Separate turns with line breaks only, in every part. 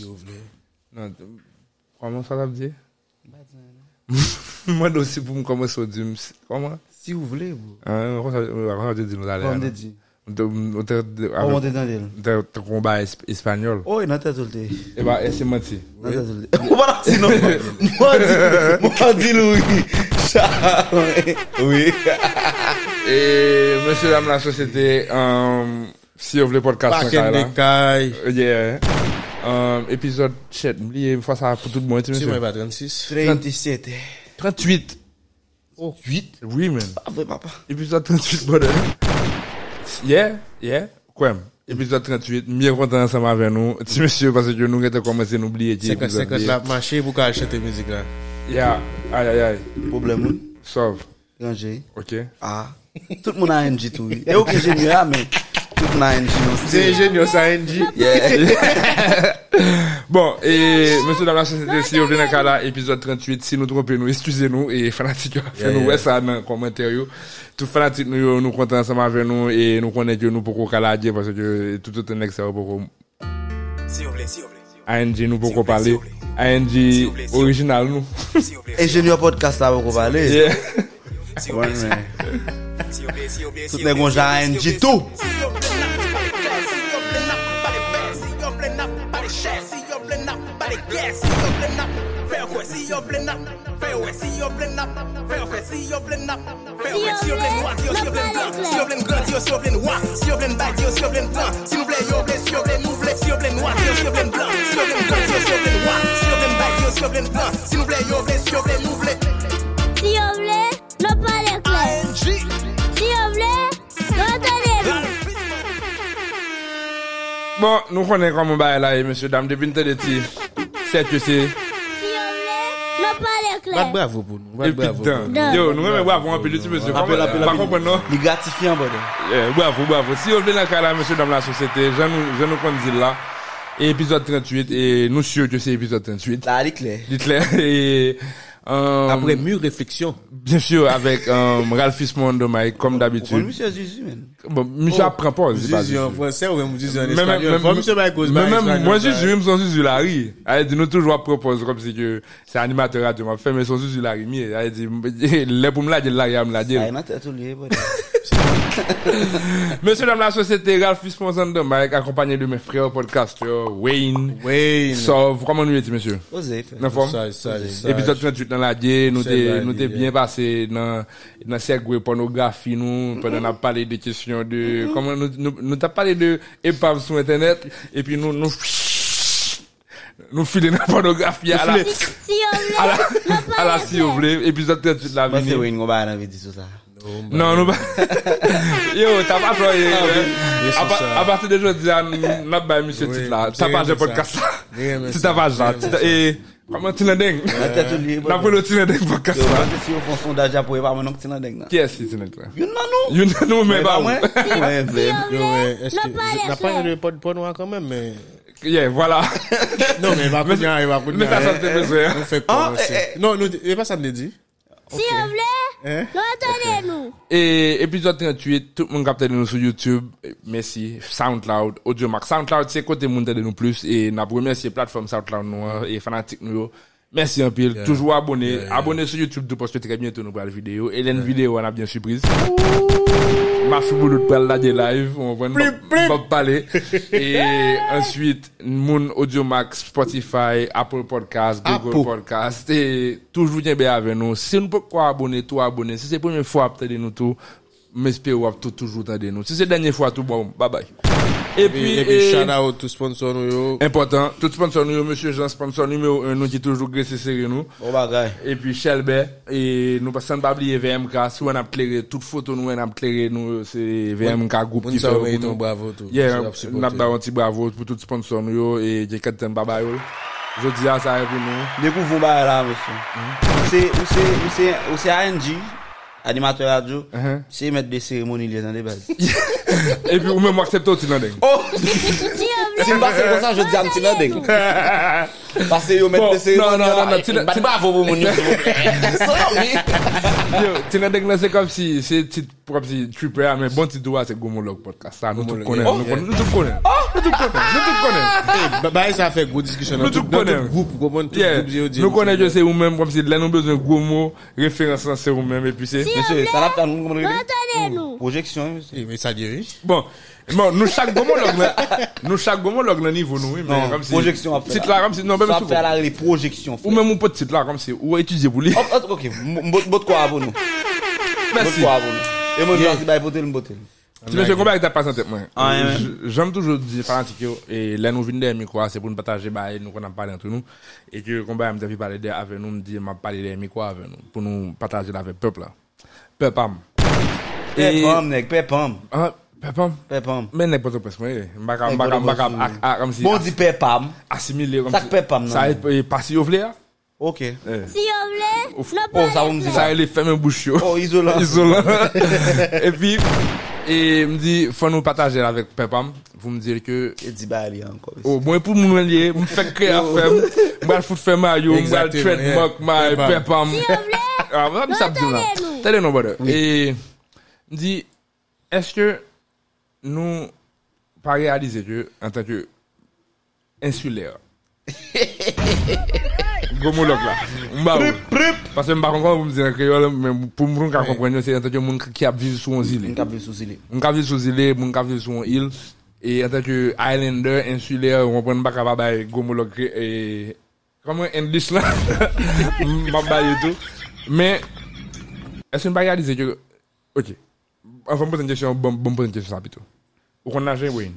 Yo vle.
Nan, koman sa la ap di? Mwen dosi pou m koman so di m. Koman?
Si ou vle, bro.
An, kon sa di nou la le.
Bon, de di.
Ou
Ou on
te
te dan del.
komba espanyol.
Ou, nan te zolte.
E ba, e se mati.
Nan te zolte. Ou pa la si non. Mwen di, mwen di loui. Sa, oui. Oui.
E, monsye dam la sosyete, si yo vle podcast nan
Paken
kare
de
la.
kay.
Yeah. Um, Epizod chet, mli e fwa sa pou tout mwen ti
Si mwen
monsye.
pa 36.
37.
38.
Oh.
8? Oui men.
Apre, papa.
Epizod 38 bonan. Yeah, yeah. Kwem. Epizod 38, miye kontan ansama ven nou. Ti monsye, pase yo nou gen te komanse nou bliye ti
50 50 la ap mache pou ka achete mizik la.
Ya, ay ay ay.
Problem moun.
Sov,
Ranger.
ok?
Ah. Tout moun a NG tou. E ou ke jenye a, men. Tout moun a NG non
Se
se.
jen yo sa NG.
Bon, et monsieur dans la société, si vous venez à la épisode 38, si nous trompons, nous excusez-nous et fanatiques,
Yeah,
nous
yeah.
ouais ça dans les commentaires. yo. Tout fanatique, nous yo, nous comptons ensemble avec nous et nous connaissons que nous pourrons calader parce que tout autre n'est que ça pour
Si vous voulez, si vous voulez,
ANG nous
vous
pourrons
plaît,
parler.
s'il vous plaît. S'il
ANG
vous plaît, s'il vous plaît.
original nous.
si vous
E
voulez,
jenye podcast la wè ko pale.
Yeah.
si vous
Ouais,
voulez, si
men.
vous voulez, si vous voulez,
Tout
si
nèg
vous
on
voulez,
ja
si vous
NG
voulez,
tout.
si vous voulez, si vous voulez, n'a pas de chair, si vous voulez, n'a pas de guerre, si vous voulez, n'a pas de guerre, si vous voulez, n'a pas de guerre, si vous voulez, n'a pas de guerre, si vous voulez, n'a pas de guerre, si vous voulez, n'a pas de guerre, si vous voulez, n'a pas de guerre, si vous voulez, grand, si vous voulez, noir, si vous voulez, bad, si vous voulez, blanc, si vous voulez, vous voulez, si vous voulez, nous voulez, si vous voulez, noir, si vous voulez, blanc, si vous voulez, grand, si vous voulez, noir, si vous voulez, bad, si vous voulez, blanc, si vous voulez, vous voulez, si vous voulez, nous voulez.
Si yo vle, nou pale kler. Si yo vle, nou tade li.
Bon, nous connaissons comment bah là, et monsieur, dame, depuis une telle étire. C'est que c'est.
Si yo vle, nou pale
Bat
kler.
bravo pou nou.
Et
Bat
puis,
bravo pou
dan.
nou.
Dan.
Yo, nous même bravo, un peu de petit monsieur.
Appel,
Comment-
appel,
Ah, Par
appel.
contre, non?
Li gratifian bode.
Eh, bravo, bravo. Si vous venez à Kala, monsieur, dans la société, je nous, je nous conduis là. Et épisode 38, et nous sûrs que c'est épisode 38.
La li kler.
Dites-le. Et, euh,
Apre mûr refleksyon.
bien sûr, avec, euh, Ralph Fismond de Mike, comme
Kon
d'habitude.
misye Zizi men.
Bon, monsieur apprend pas, c'est pas
Mouzizi Oh. en
Zuzu.
fransè ou mè mouzizi en
Même-
espanyol.
même-
Fò mouzizi mè kouz mè
même-
espanyol.
moi, Zuzu, même son Zuzu Larry. Elle dit, nous toujours propose, comme si que c'est animateur à tout m'a fait, mais son Zuzu Larry, mieux. Elle dit, les pour me la dire, Larry, elle me la dire.
Ay nan tè tou liye bode.
Monsieur, dans la société, Ralph Fismond de Mike, accompagné de mes frères podcasteurs, Wayne,
Wey.
Sauf, comment nous étions, monsieur?
Oze fè.
Dans forme?
Saj, saj, saj.
Épisode 38 dans la guerre, nous
C'est
t'es,
valide,
nous t'es bien
yeah.
passé dans, dans segway pornographie, nous, pendant on a parlé des questions de, comment nous, nous, nous t'as parlé de épave sur internet, et puis nous, nous, nous filer dans la pornographie à la,
Si yo
à
vle,
la,
nou
à la,
pale
si vous
kler.
voulez, épisode 38 la
Mwen se
venue.
wè yon ba nan vè di sou
Euh,
sa.
Non, nous pas, yo, t'as pas travaillé,
yes,
à,
c'est
pa-
ça.
à partir de aujourd'hui, on n'a pas monsieur
Oui,
titre là,
c'est
t'as pas
bien
de
ça.
podcast
Bien,
là,
mais
tu
ça.
t'as pas
Bien,
genre,
mais
tu t'as- et, comment tu l'as dingue?
Nan tè tou liye
N'a pas
bode.
le titre dingue podcast
Yo,
là.
mwen se si yo fon sondaj apou e pa mwen nok ti nan deng nan.
Qui est-ce qui est net là?
Yon nan nou.
You know me,
E
bah
pa
ouais.
mwen. Mwen
Si
vè.
yo
Yo,
vle,
wey, eske,
nou pale
n'a pas
kler.
de pod pod noir quand même, mais...
Yeah, voilà.
Non, mais va kounyan, va kounyan.
Mais ça, ça me fait plaisir.
On fait
Ah,
quoi,
eh,
c'est... Non, non, et pas ça me l'a dit.
Si yo vle,
Hein?
nou tade nou.
Et épisode 38, tout le monde capte de nous sur YouTube. Eh, Merci. SoundCloud, AudioMac. SoundCloud, c'est côté monde de nous plus. Et n'a pas remercié plateforme SoundCloud nous, hein, et fanatique nous. yo. Merci un pile. Toujours abonné. Abonné sur YouTube tout parce que très bientôt nous parlons vidéo. Et l'une vidéo, on a bien surprise. Ma foule de parle là des live. On va nous parler. Et ensuite, Moon, AudioMac, Spotify, Apple Podcast, Google
Apple.
podcast et toujours bien bien avec nous. Si nous pouvons pas abonner, tout abonner. Si c'est la première fois, peut-être nous tout. M'espère ou tout toujours t'aider nous. Si c'est la dernière fois, tout bon, bye bye. Et puis,
Et puis,
eh,
shout out tout sponsor nou yo.
important, tout sponsor nous, monsieur Jean, sponsor numéro un, nous qui toujours graissé serré nous.
O bagay.
Et puis, Shelbert, et nous passons pas oublier VMK, si on a clairé, toute photo nous, on a clairé nous, c'est VMK groupe
Moun sa
fait
ou mèrit
pour
un
nous.
bravo tout.
Yeah,
Nous ap supporter.
nous avons un petit bravo pour tout sponsor nous, yo, et j'ai quatre temps, bye bye, yo. Je dis à ça, et pour nous.
Dekou voun ba la mwen se. Ou se, ou se, ou se, ou se ANG. Animateur radio.
Uh-huh.
Se met de seremoni liye nan de baz.
Et puis, ou même accepter aussi, non, dingue.
Oh!
Si yo
Si mba fè kon sa, je di am ti nan dek. Pase yo met
Bon,
le seri.
non, non, non, non, ti nan- ti-
Bat bravo pou moun yo, s'il vous plaît.
Yo, ti nan dek nan se kom si, se ti, pou kom si, triple A, men bon ti do a se Gomolog podcast. Sa, nou tout konen, nou
Oh,
konen, nou tout konen. Nou tout konen, nou tout konen.
Baye sa fè gwo diskisyon
Nou
nan
tout
tout nan
konen.
tout group, kompon tout
Yeah,
group yo di.
nou konen yo se ou men, kom si, lè nou bezwen gwo mou, referans lan se ou men, epi se.
Monsieur, ça l'a fait à nous, comment on dit?
Retenez-nous.
Projection, monsieur.
Eh, mais sa diri.
Bon, bon, nou chak Gomolog nan, nou chak Gomolog nan nivou nou, oui, men,
Non,
kom si.
projection après.
Tit la, kom si, non, men,
Ça fait à
sou.
la- Oh, les projections. frère.
Ou men moun pot tit la, kom si, ou a etudye pou li.
Hop, hop, Ok, mbot mbot kwa avon nou. Mbot
Mersi.
kwa avon nou. E mwen jwa si bay botel mbotel.
Tu mè se komba ki ta pasan tèt mwen.
Ah, ouais,
J- J'aime toujou di fanatik yo, e lè nou vin de mikwa, se pou nou pataje ba e nou kon ap pale antre nou, e ki komba m te fi pale de ave nou, m di m ap pale de mikwa ave nou, pou nou pataje la ave pep la. Pep am.
Pep am, neg, pep am.
Ah, pep am.
Pep am.
Men nek poto pes mwen e, m baka, m
Nèg
baka,
Port-au-Prince,
m baka,
oui.
ak, ak, am ah, si,
Bon di pep am.
asimile, am
Sak pep am nan.
Sa e pasi yo vle ya.
Ok.
Si yo vle, lo
Oh, sa ou
pale
mzi
kle.
Sa e li fèmè bouch yo.
Oh, isolant.
Isolant. E pi, e m di, fò nou pataje la vek pep am, pou m dir ke,
E di bay li anko.
Oh, mwen pou moun liye, mwen fèk kre a fèm, mwen al fout fèm a yo, mwen al
Oh. Exactement,
trademark
yeah.
ma pepam.
Si yo vle,
A, mwen ap sap di la.
Entendez nous.
Tade nou bode. E, mwen di, eske nou pa realize ke, an tanke, insulèr. Gomolog la. Mba ou. Pase mba konkon pou mwen di nan kreol, men pou mwen ka komprenyo, se an tanke moun ki ap vive sou an zile.
Mwen kap li sou zile.
Mwen ka vive sou zile, mwen ka vive sou an il. E an tanke islander, insulaire, mwen pren baka ba bay gomolog kre... E... Koman English la? Mwen bay yo tou. Men, esen ba realize ke... Ok. Anfan mwen pose yon kèsyon, bon mwen pose yon kèsyon sa pito. Ou kon nage, Wayne?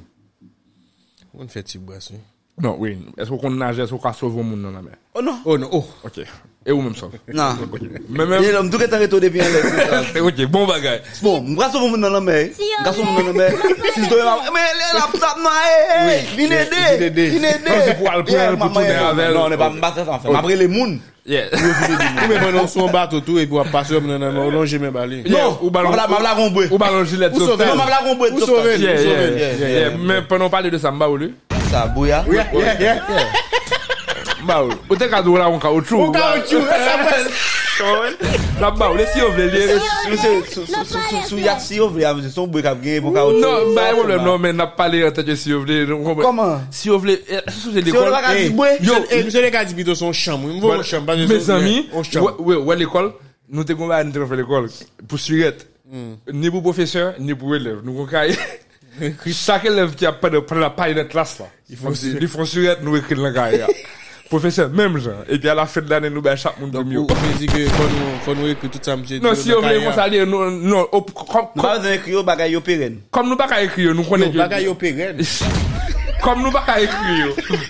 On fè ti boasson.
Non, Wayne. Esko kon nage, esko ka sove moun nan la mer?
Oh non.
Oh non, oh.
Ok. E ou mèm sove?
Nan.
Mèm
E
mèm...
lom, tou ketan reto depi an lè. se sa.
Ok, bon bagay.
Bon, mga sou moun nan an mè.
Si yo
Mga sou moun nan
vle,
an mè. Si yo yon mè. Mè, lè la ptap nan, e, e, vin ede.
vin ede.
Vin ede.
Non, c'est pour aller prendre,
Yeah,
pour
maman,
tourner
yeah.
avec. Oh.
Non, ne pa mba sa san fè. Mabre le moun.
Yeah.
Ou men pren nou sou an bato tou, e pou ap pase om nan nan nan, ou longe men bali.
Non,
Yeah, ou ballon-
mabla- mabla ronbwe.
Ou balon gilet
Ou
sauvetage.
sauvel.
Non, bah, mabla ronbwe.
Ou sauvel,
Yeah,
ou
yeah,
sauvel.
yeah, yeah, yeah. Mais pendant parler de ça, m'a ou lui?
Sa, bouya.
Yeah, yeah.
M'a ou. Ou t'es cadeau là, on caoutchouc. On
caoutchouc, ça
La m'a ou, laissez-y, on veut lire.
Mese, sou- sou- sou- sou- sou yak si yo vle, a, mese, son bwe kap genye pou ka ou
Non, bah, problème, non, mais n'a pas les têtes si vous voulez. non, vous comprenez?
Comment
Si vous voulez, eh, sous les
Si yo
écoles.
lwa ka
Eh,
di bwe,
yo,
E mse le ka di bito son chanm, mwen vou an chanm.
Bah, Mes amis,
On chanm.
ouais, ouais, ouais, l'école, nous t'es combat, nous t'es fait l'école. Pour surette. Ni pour professeur, ni pour élève. Nous, on caille. Chaque élève qui a pas de, pas de la paille de classe, là. Ils font,
surette.
ils font surette, nous écrivons la carrière. Professeur, même genre. Et puis à la fin de l'année, nous, ben, chaque monde de mieux.
Ou mwen di ke fon nou, fon nou ekri tout sa mse.
Non, si vous voulez, on s'allait, non, non, oh, comme,
nou pa zen ekri yo bagay yo peren.
comme nous pas qu'à écrire, nous connaissons.
Bagay yo peren.
Comme nous pas qu'à écrire,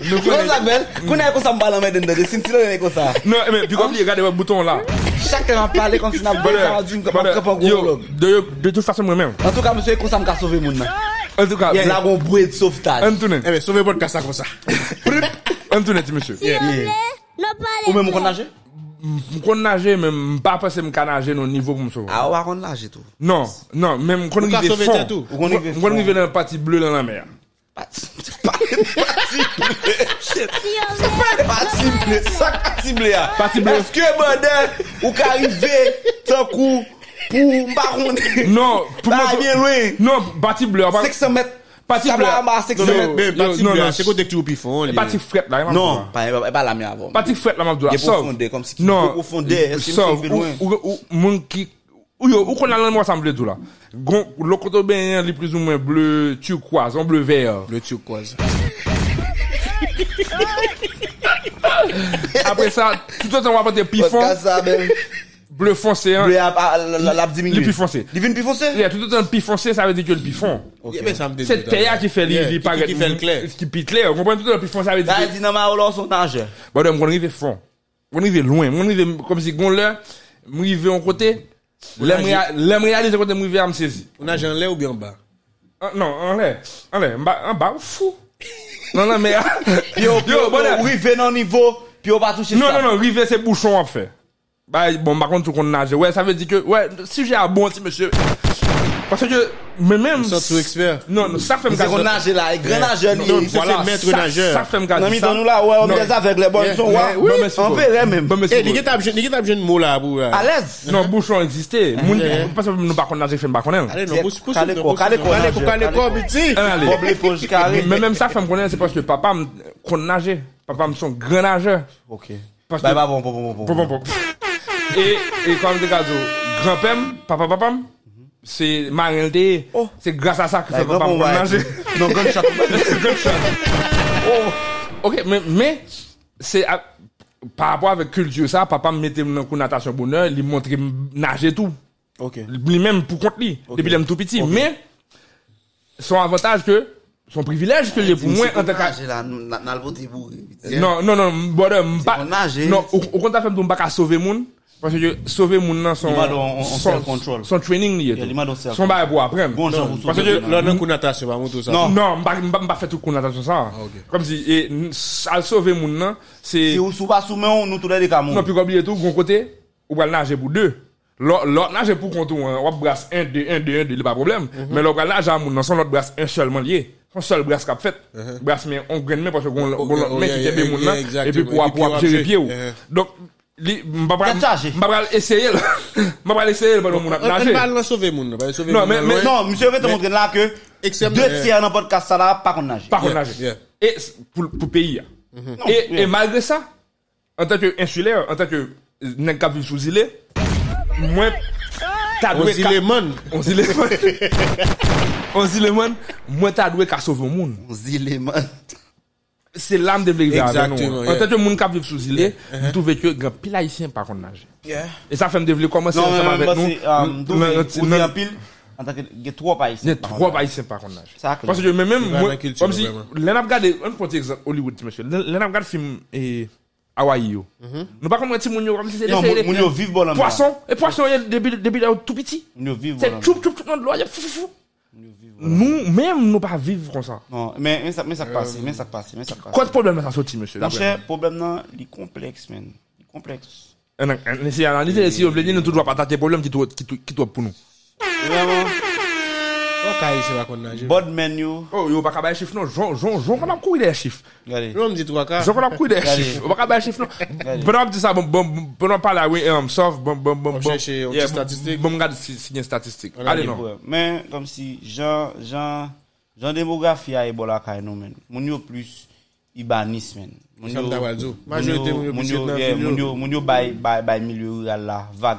nous
Kon sa
connaissons.
bel, kon e kon sa mbala mè den de, sin ti lè kon sa.
Non, mais, puis comme il regarde le bouton là.
Chak te nan pale kon si nan bwe, sa wad di mkap
Bonheur.
kap an
Yo,
gwo blog.
de, de toute façon, moi-même.
En tout ka, mese, kon sa mka sove moun nan.
En tout cas,
Ye, la kon bwe de sovtaj.
En tournée.
Ebe, sove bot kasa kon sa.
En tournée, ti monsieur.
Si yo
Yeah.
vle, lo pale
Ou
kle.
mè mwen kon nage?
M'kon nager, mais m'pas passer m'ka nager non niveau pour me sauver.
A, ou a kon nage tou.
Non, non, mais m'kon
Ou ka
rive
sauver
fond.
tête ou?
Ou kon rive
M'kon
fond.
rive dans le parti bleu dans la mer.
Si yo vle,
Pè pati ble, sa pati ble a.
Parti bleu.
Eske bandel, ou ka rive, tan kou, pou mba konde.
Non, pour
Ba,
moi-
bien loin.
Non, parti bleu. pas-
500 mèt.
Pati
Sa
ble.
bla ama 500
Non,
mèt.
non.
Be, pati
non, non.
blan, se kote ki ou pi fon. li.
Parti fret là.
Non, pa e pa la mi avon.
Pati fret la map do la.
Ye
Sauve.
profonde, kom si ki
Non.
pou profonde, eske mi
Sauve.
se ve loin.
Ou, ou, ou, moun ki, ou yo, ou kon alan mwa sanble do la. Gon, lo koto ben yon li plus ou mwen bleu turquoise, an bleu vert.
Le tiyou kwa za.
Après ça, tout an wapate pi fond,
Podcast sa bel.
bleu foncé. Hein.
Bleu ap lap diminuye.
Li pi foncé.
Li vin pi fonse?
Yeah, tout an pi foncé, ça veut dire que le pi fond.
Ebe, sa mde
C'est Théa qui fait
Yeah,
li, li
qui-
paraît.
Qui fait le Bah, kler.
Qui pi clair. Vous comprenez tout an pi foncé, ça veut dire
Da
que
e di nan ma ou lor son tanje.
Bon, donc, on arrive fond. On arrive loin. On arrive, comme si, on l'a, on arrive en côté. L'aime réa- l'aime réaliser côté, on arrive à me saisir.
On a jan lè ou bi an ba?
Ah, Non, en l'air. En l'air. En bas, en bas, fou. Non, non, mais,
Pi ou
Yo,
pou
bonheur.
rive nan nivou, pi ou pa touche sa.
non, non, non, river, c'est bouchon, en fait. Bah, bon, par contre, tout qu'on nage. Ouais, ça veut dire que, ouais, si j'ai abondi, monsieur. Parce que, mais même.
Sot sou eksper.
Non, non, ça fait me
C'est qu'on nage là, grand nageur.
Non,
il-
ça,
Eh, voilà,
c'est maître
ça-
nageur.
Ça fait me garder.
Non, mais
ça.
dans nous là, ouais, on
Non. Eh,
est avec les bonnes
Yeah,
sons,
yeah,
ouais.
oui, mais c'est
on
beau.
paierait même.
Bon, mais c'est
Eh,
beau.
li gen tap jen mou la pou.
À l'aise.
Non, bouchon
Eh,
existait. Moun, parce que nous pas qu'on nage, fait pas qu'on aime.
Ale,
Yeah,
non, pou pou
kaleko,
pou-
kaleko,
Kaleko,
nageur,
kaleko, biti.
Allez.
Bob l'éponge carré.
Eh. Mais même ça, fait me connaître, c'est parce que papa me, qu'on nageait. Papa me son grand nageur.
Ok.
Parce
Bah,
que-
bah, bon, bon, bon, bon,
Pom,
bon.
pom, pom. Et, et comme des cadeaux, grand-père, papa, papa, c'est marin de-
Mhm. Oh.
c'est grâce à ça que
Bah,
fait
grand
papa
bon,
me
ouais.
nager.
Non, gunshot.
Oh, Ok, mais, mais, c'est, à- par rapport avec culture, ça, papa me mettait dans le coup de natation bonheur, il montrait me nager tout.
Ok.
Lui-même pour compte lui, depuis l'aime tout petit. Mais, son avantage que, son privilège que j'ai pour moi, en tant que,
Nage là, nous, na- na le voter pour-
Non, non, non, bonheur, m'pa.
pour hein? nager.
Non, au au contraire, femme, m'pa qu'à sauver moun. Parce que sauver moun nan son.
Il m'a don- on- on
son-
self-control.
Son training lié.
Il m'a don self-control.
Son bail pour apprendre.
Bon, j'en vous
Parce
souviens,
que.
Lò nan kou natasyon, pa moun tou sa.
Non.
Non, m'pa, m'pa, m'pa fait tout qu'on attention ça. Comme si, et, n- à sauver moun nan, c'est.
Ah, Si ou sous pas sous main, on nous tous les deux camons.
Non, puis oublier tout, gon côté, ou va nager pour deux. L'autre l'autre nager pour contour, hein. on brasse un, deux, un, deux, un, deux, il pas de problème.
Mhm.
Mais l'autre va nager à moun nan, son l'autre brasse un seulement lié. Son seul brasse qu'a fait. Brasse, mais on gagne, mais parce qu'on,
oh,
on met
yeah,
qui
Mhm. yeah,
t'aime moun
yeah,
nan,
exactement.
et puis
Et
pour,
puis, Mhm.
pour
on
gérer
va
pied ou.
gérer.
Donc, li, m'ba pral-
Quatre chargés.
m'ba pral essayer, là. M'ba pral essayer, là, pendant moun nan
An
nager.
pa lan sove moun, pa sove
Non,
moun.
mais-
nan
mais-
Non,
loin.
monsieur veut te montrer là que
Excepté-
deux tiers dans podcast ça là, pas qu'on nage.
Par contre,
Yeah, Mhm.
nager.
yeah.
Et, c'est pour, pour pays, là. Et, et malgré ça, en tant qu'insulaire, en tant que, euh, nèg qui vit sous île, moi, t'as
On
doué
si
cap-
le man.
On dit les man. On dit les man. Moi, t'as doué qu'à sauver le monde.
On se dit les man.
C'est l'âme de vérité avec nous.
Exactement,
En
yeah.
tant que monde qui vit sous île, vous trouvez que grand pile haïtien par contre nager. Et ça fait me développer comment c'est
Non,
ensemble avec
mais moi, c'est, euh,
nous.
d'où
Nous-
on- on
nous-
dit en pile, en tant que, il y a trois pays.
Il y a trois haïtiens par contre nager.
Ça, clair.
Parce que même, même,
pas
moi,
la culture,
comme si,
vraiment.
l'on a regardé, on prend exemple Hollywood, monsieur. L'on a regardé film, eh, Hawaii, yo. Nous pas comme un petit monde, yo, comme si c'est
Non,
c'est-
moun- moun yo vive bon en mer.
Poisson. Et poisson, il y a depuis, depuis là, tout petit.
Nous vivons.
C'est choup, choup, choup, dans l'eau, il y a fou, fou, fou. Nous, même, nous pas vivre comme ça.
Non, mais, mais ça, mais ça passe, mais ça passe, mais ça passe.
Quoi de problème ça sorti, monsieur?
Mon cher, problème là, il est complexe, man. Il est complexe.
On essaie d'analyser, si on veut dire, nous toujours pas tâter problème qui doit, qui doit- qui doit pour nous.
Vraiment,
An ka yise pa kon naje.
bon menu.
Oh, yo, pas qu'à bailler chiffre, non. J'en, j'en, j'en, qu'on a couillé des chiffres.
Regardez.
Non, mdi 3 ka.
J'en, qu'on a couillé des
Allez.
chiffres. On va qu'à bailler chiffre, non. Bon, on dit ça, bon, bon, bon, on parle à, oui, um, sauf, bon, bon, bon, bon.
On cherche, on
Yeah,
dit statistique.
Bon, bon, regarde si, si y a une statistique.
On
Allez,
a
non.
Ouais, Mais, comme si, Jean, Jean, Jean démographie a Ebola kay nou, men. Moun yo plus Ibanis, men. Moun
Sam Dawadzo. Majorité moun yo plus Vietnam,
yeah,
Filio.
Moun yo, moun yo bay, bay, bay milieu rural la, vague.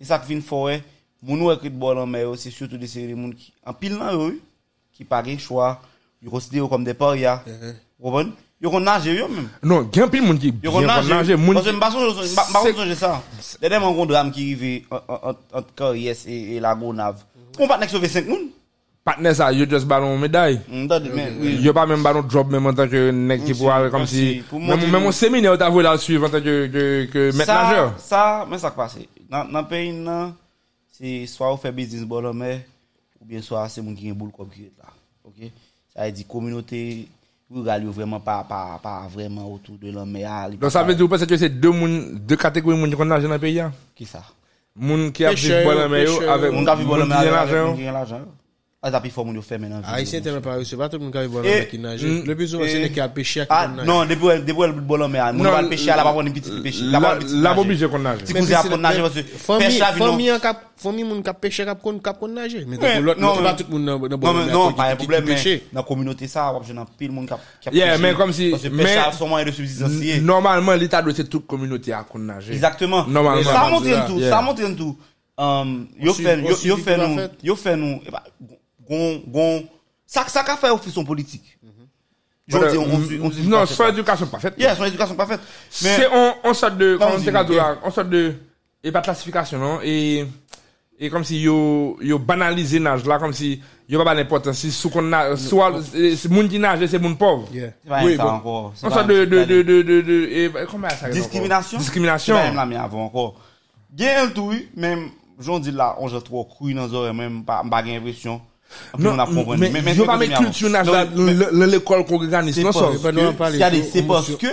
E sak fin fowe, moun yo ekrit bol an meyo, se surtout de seri moun ki, an pil nan yo, ki pa gen chwa, yo konsidere yo kom de paria.
Uh-huh.
Wopon? Yo kon nage yo men.
Non, gen pile moun qui,
Yo kon
bien
nage.
qu'on nage, moun
Moun yo
qui-
mba son, mba
C'est-
son sonje sa. Dede man kon dram ki rive ant karyes e e la gonav. Kon pat nek sove 5 moun.
partner ça, yo just ballon médaille.
Mdade men, oui.
Yo pas même ballon drop, même en tant que nec qui
Mm,
pour aller
si,
comme si,
si, pour montrer-
même, même au séminaire, t'as voulu la suivre en tant que, que, que maître
Sa,
nageur.
sa, men sa kwa se. Nan, nan peyi nan, se swa ou fe biznis bolan men, ou bien swa se moun ki gen boul kob ki et la. Ok? Sa e di kominote, ou gal yo vreman pa, pa, pa vreman otou de lan men a. li
Donc
pa-
ça veut dire ou pensez que c'est deux moun, deux catégories moun qui qu'on nage dans le pays, hein?
Ki sa?
Moun ki ap
Pêcheur
viv bon la
yo,
meyo
pêcheur
avèk
yo.
Moun ka vi bolan men
ki gen
a, Ah,
l'argent
moun ki gen l'ajan. A zapi fò moun yo fe men an.
A yise temen pa rese, pa tout moun ka yon
Eh,
nan ki naje. Le bizon, se ne ki a peche a ki
Ah,
kon naje.
non, depuis où depuis où elle boule en mer, hein. nous
Non,
va le pêcher à la pas une petite pêche. La pas petite.
La bobi je kon nage.
Ti kouze apon nager parce que pêche la vie, non.
Fomi an kap, fomi moun kap peche kap kon, kap kon naje. Men
Ouais,
tou lot,
non,
non, pa
mais-
tout moun nan nan
Non,
bon
mais
nan
non,
ki-
pas un
ki- ki
problème,
peche.
mais dans la communauté, ça, j'ai un pile monde qui a- qui a
Yeah,
pêché.
mais comme si-
Parce que
mais-
pêche à son moyen de subsistance. lié.
Normalman l'Etat doit se tout communauté a kon nage.
Exactement.
Normalman.
Ça montre
Yeah.
tout, ça montre tout. Um, Yo
Aussi-
fait nous,
aussi
yo
vite
fait
qu'on l'a
nous,
fait.
yo fait nous, eh ben, gon, gon, ça, ça qu'a fait office son politique. Je veux dire, on suit, on suit.
Mhm. Non,
pas
son
fait.
edukasyon pa fèt.
Yeah, son éducation pas faite. Mais,
Se on sort de,
Non,
kon
dis-
te kadou
yeah.
la, on sort de, e pa klasifikasyon, non? E, e kom si yo, yo banalize nage la, kom si yo pa ba l'importance. Si sou kon nage, sou al- eh, si moun ki nage, se moun pov.
Yeah.
c'est pas
Oui,
un ça
bon.
encore. c'est
On
pas
sort
un-
de, de,
allez.
de, de, de, de, e, koman sa gen encore?
Discrimination.
Discrimination.
C'est pas même la mienne avant encore. Gain un tout, oui, même, j'en dis là, on j'ai trop cru dans les oreilles, même pas, pas gain impression. Puis
Non,
on a compris.
mais,
même
yo
si
pa
on
mè
dit avant.
kultur nage
Non,
la,
mais
l- l- l'école qu'on organise,
c'est
non
parce
so?
pas- non, on parle-
que- regardez, C'est
on-
parce
on-
que,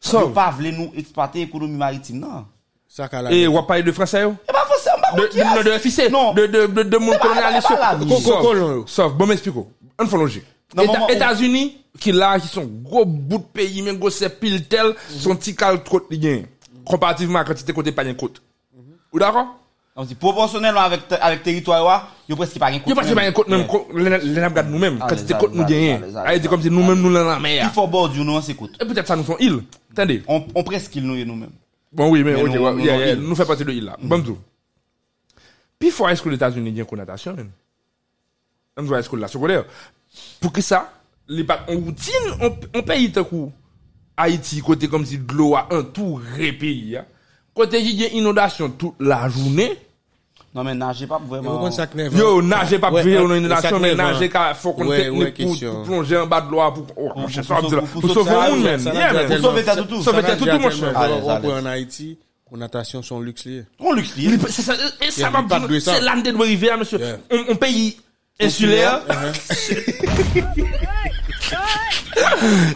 Sauve.
on pas voulu nous exploiter l'économie maritime, non.
Ça qu'a la
Et on parle de français yo?
E pa fosè, mba
De,
kon ki
de, de, de FIC?
Non.
De, de, de, de monde
pas-
colonialiste.
c'est pas la vie.
Sauf-
Coco, non.
Sauf, bon, m'explique. On fait logique.
Non, maman, on-
États-Unis, qui là, qui sont gros bout de pays, mais gros c'est pile tel, son petit cal trop de gain. Comparativement à la quantité côté pas de côte. Ou d'accord?
An di proporsyonelman avèk te- avèk teritwa yo, yo preski pa gen kote.
Yo pas que pas de côte, même, les regarde nous-mêmes.
Ah,
Quantité
les
côte nous
Allemands,
gagnons.
les
Ah, c'est comme si nous-mêmes nous l'en la mer.
Il fò bòd yo nou an se kote.
Et peut-être ça nous sont îles. Attendez.
On, on preski nou yo nou men.
Bon, oui, mais,
Mais
ok,
nous-
ouais,
nous
yeah,
dans
yeah,
l'île.
nous fait partie de l'île là. Bon, tout. Puis, faut est-ce que les États-Unis ont une connotation, même? On doit est-ce que la secondaire. Pour que ça, les pas en routine, on, on paye tout coup. Haïti, côté comme si de l'eau a un tout pays, hein. Côté qui y a inondation toute la journée.
Non men, nage pap
Vous comprenez
vwèman.
ça que neuf ans?
Yo, nager pas
Ouais,
prier
ouais,
une inondation,
ça
mais
neuf ans.
nager, car faut qu'on
Ouais,
technique
ouais,
pour,
question.
pour plonger en bas de l'eau, pour, oh, je sais pas,
pour-
pour,
pour-
pour sauver
pour-
le monde, même.
ça- ça-
Yeah,
ça-
même.
Pour sauver ta toutou.
Sauver ta
Ça n'a
toutou,
déjà
mon
tellement-
cher.
Allez,
On
allez.
prend en Haïti, connotation son luxe lié.
On lux li.
Il peut- C'est ça, et- et ça
Yeah,
va
il parle de ça.
C'est l'âme de rivière, monsieur.
Yeah.
On, on pays insulaire.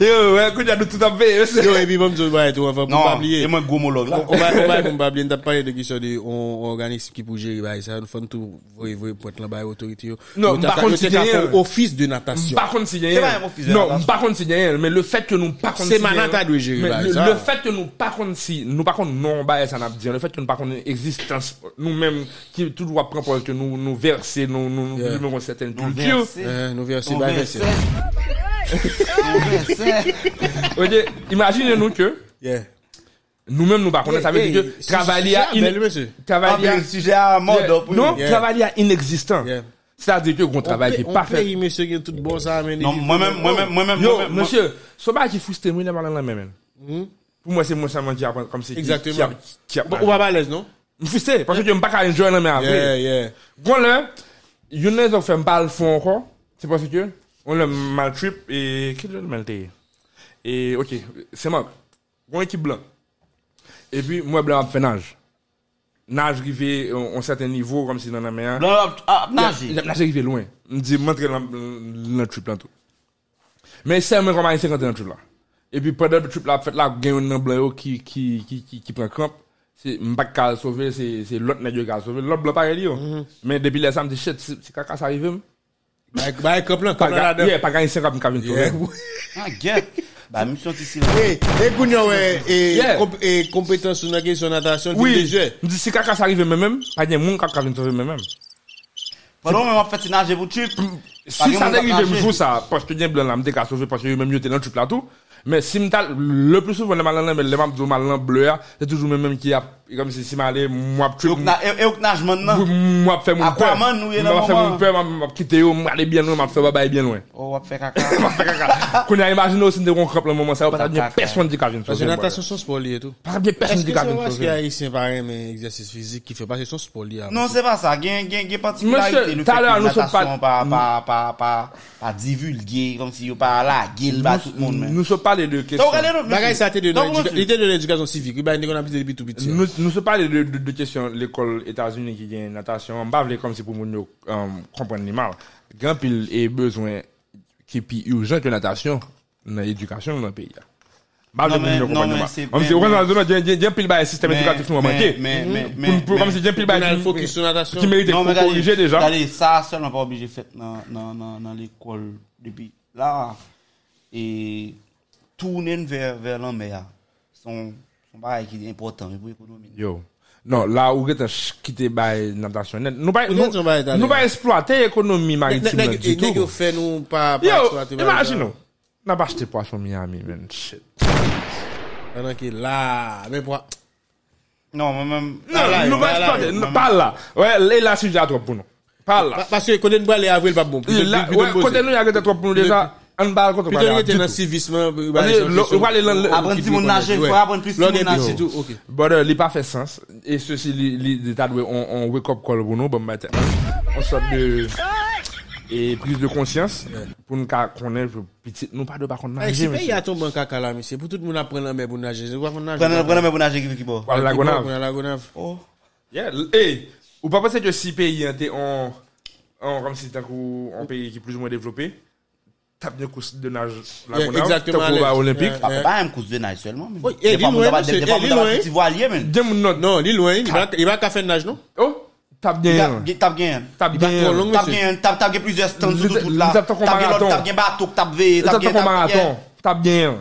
Yo, euh, ouais, écoute, il y a de tout à fait. euh, c'est-
Yo, et puis, bon, je vais être, on va
Non,
pas oublier.
e mwen gwo molog la.
On va, on va, on va bien parler de question de, on, on organisme qui pour gérer, bah, ça, nous font tout, voyez, voyez, pour être là-bas, autorité, yo.
Non,
Yo, t'as
par
qu'à-
contre,
yo, t'as
c'est
qu'à faire
rien.
office de natation.
Par contre, si y a
C'est pas
rien.
un officier,
Non,
là,
par contre, si y a rien. Mais le fait que nous, par contre,
C'est
si y a rien-
Manhattan de gérer,
Mais
bah,
le,
ça.
le fait que nous, par contre, si, nous, par contre, non, bah, ça n'a pas dit. Le fait que nous, par contre, existence, nous-mêmes, qui tout doit prendre pour que nous, nous verser, nous, nous,
Yeah.
nous, nous, certaines
On
cultures.
versè.
Euh, nous verser,
On
bah,
versè.
verser.
On versè.
Ok, Imaginez-nous que,
Yeah.
nous-mêmes, nous, par contre, ça veut
Hey,
dire
hey,
que
si- si-
travailler
ah,
à, in-
belle, monsieur.
Ah,
travailler
mais
à-
le sujet a mort d'op.
Non,
Yeah.
travail est inexistant.
Yeah.
C'est-à-dire que le travail
On
est
paye-
pas
On
fait.
paye, monsieur, qui est tout bon, ça, mais.
Non, mwen men, mwen men, mwen men,
Yo,
mwen men.
monsieur, ce pas qui frustré, moi, il est mal dans la même. Pour moi, c'est moi seulement qui apprend comme c'est qui-
Hmm? Exactement.
qui a- qui a-
Bon, On va pas à l'aise, non?
Je suis frustré, parce que je ne pas qu'à enjoy dans la même
Yeah,
après.
yeah.
Bon, là, il y en a qui ont fait mal fond encore. C'est parce que, on le mal trip et, qui le mal taillé? Et, ok, c'est moi. Bon, équipe blanc. Et puis, moi, blanc, on fait nage. Nage, arrivé, on, on certain niveau, comme si dans la mer.
Blan ap- ap nage.
La plage arrive loin. Je dis, montrez le trip là tout. Mais c'est un comment il s'est rentré dans le trip là. Et puis pendant le trip là, fait là, il y a un blanc qui, qui, qui, qui, qui prend cramp. C'est Mbak qui a sauvé, c'est c'est l'autre nègre qui a sauvé. L'autre blanc pareil. yo. Mais depuis les samedis, shit, c'est c'est caca, ça arrive.
Bah, bah, coplan,
Pas
coplan là-dedans.
gagné, pas gagné 50 000
Yeah.
Ah, get. Ba, mi sot isi la.
Eh, eh, Gounion, ouais, eh,
Yeah.
comp- eh, compétence sur la question de natation,
Oui,
jeux.
je dis, c'est caca, ça arrive même. Pas gagné, mon caca vient sauver même.
Fadon men wap fèti nage pou trip.
Si
Par
ça
exemple,
arrive,
on va
je me
nager.
joue ça, parce que bien blanc, là, me dégage sauvé, parce que eux-mêmes, ils étaient dans le plateau. Mais si me t'as- le plus souvent, les malins, mais les malins, malins bleus, là, c'est toujours le même qui a, comme si, si m'allais, moi, je
Yo k na- E e yo k nage man nan.
moi, je fais mon peur.
Aquaman, nous, il est dans
Moi, je fais
moment.
mon peur, moi, je quitte, moi, aller bien loin, moi, je fais bye-bye bien loin.
Ou wap fè kaka.
Qu'on a imaginé aussi, nous, on crêpe le moment, ça, parce qu'il y a
Tac, tac,
personne qui vient
Parce que
sauver. moi, là.
natation, c'est un sport lié et tout.
Parce qu'il y a personne
Est-ce
qui
que
vient
c'est parce qu'il y a
sauver.
ici, par exemple, un exercice physique qui fait passer son sport lié à
Non, se pa sa, gen, gen, gen
Monsieur,
patikilarite le
tout à
fèk
l'heure, nous
ki
sommes
natasyon pa,
pas-
pa, pa, pa, pa divulge, kom si yo pa la gil ba tout moun men.
Nous sommes parlé de questions.
Sa ou gale nou,
Bagay, ça a été de
Donk
l'éduca-
moun
il
ti.
était de l'éducation civique. Bah, on a habité depuis tout petit.
Non, Nous, nous se parlons de, de, de questions, l'école États-Unis qui gagne natation. On parle comme si pour nous euh, comprendre les mal. Grand pile et besoin qui est plus urgent que natation dans l'éducation dans le pays. Bah,
Non,
pour
mais-
nous
non,
comprendre
mais
mal.
c'est-
On me dit,
mais-
ouais, non, non, j'ai- j'ai- j'ai un pile bail, système éducatif nous a manqué.
Men, men,
Pour-
men,
pour- Comme si j'ai un pile bail
On a le
qui-
focus sur natation.
Qui mérite
Non, men
d'être
gale,
corrigé déjà.
gale, sa seul an pa oblige fèt nan, nan, nan, nan l'ekol depi la. E, tounen ver, ver lan mè ya. ah, Son, son bagay ki important, yon pou ekonomi.
Yo. Non, là où est quitté bail natation. Nous pas,
Peut-être on va être allé.
nous pas exploiter l'économie maritime là du tout.
Nègre fait nous pas. pas
Yo,
exploiter, par
imagine,
exemple.
nous. on n'a pas acheté poisson Miami, man, shit.
Pendant qu'il est là. Mais pour.
Non, men, men,
Non,
là,
nous
là,
pas
là,
exploiter.
là,
Non, Pas là. Ouais, là, il a sujet à toi pour nous. Pas là.
Pa- Parce que quand on va aller à avril, pas bon. Plutôt-
Là,
plutôt
ouais,
bosser.
côté nous, il y a que trop pour nous déjà. On parle contre
Plutôt
pas là,
il était
du
dans
tout.
civisme. bah,
On est-
ils sont- ils
l'on-
sont-
on va aller dans le-
Apprendre
qui
si moun
peut
nager,
connaître,
faut
ouais.
apprendre plus si
L'on
moun
est
nager.
petit, tout, ok.
Bon, euh, il pas fait sens. Et ceci, il t'a doué, on, on wake up call pour nous, bon matin. On sort de, et prise de conscience, pour nous connaître, petit, nous pas de pas contre
Eh,
nager,
Si pays
monsieur.
a tombé en caca là, monsieur, pour tout le monde apprendre la mer pour nager. Je vois qu'on nage.
Prenen, prenen mè pou nager ki vè ki bo.
Voilà, la
Pour
gonave.
la gonave.
Oh,
Yeah, l- eh, ou pas penser que si pays, hein, t'es en, en, comme si t'as coup, en pays qui est plus ou moins développé, tap de kous de nage la
Yeah,
gounav,
exactement,
tap ou ba
Alex.
olympique.
Yeah.
Pa pa yon kous de naj selman men.
Oui, eh,
Des fois,
li
moun
loin,
daba-
monsieur,
des fois,
eh,
moun
li
daba
loin.
Petit voilier men.
Gen moun not,
Non, li loin, il va, il va qu'à faire nage, non?
oh, tap gen yon.
Tap- Tap gen.
Tap
va
gen
trop
yon.
long,
Tap
monsieur.
gen, tap tap gen plusieurs stands
Li-
tout tout
li
la.
tap ton kon
Tap gen lot,
marathon.
tap gen batok, tap ve,
Tap
tap
gen
gen
kon
tap
maraton,
gen.
tap gen yon.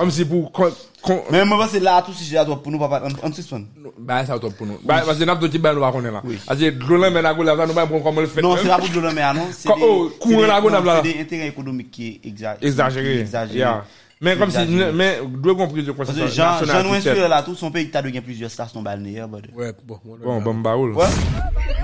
Om si pou kon... kon
Men mwen se la tout si jè a to pou nou papa an suspend.
Ba, sa ou top pou nou. Ba, parce que nap do ti ba nou va konen la. Ase, goulan men la goulan, nou ba pou koman le hein? fet.
Non, c'est pas pour de l'homme, non. C'est
Quand-
des-
oh,
c'est
courant
des-
la bonne
non,
blague.
C'est des intérêts économiques qui exagèrent.
Exagéré. Yeah. Mais comme si,
Exagéré.
mais, dwe kompris de
Parce
konsensus
que Jean,
national
Jean
qui
Nouin
fait.
sur là, tout son pays, t'as de gagner plusieurs stations balnéaires. but-
Ouais, bon, on
Bon, bon, ba ou.
Ouais.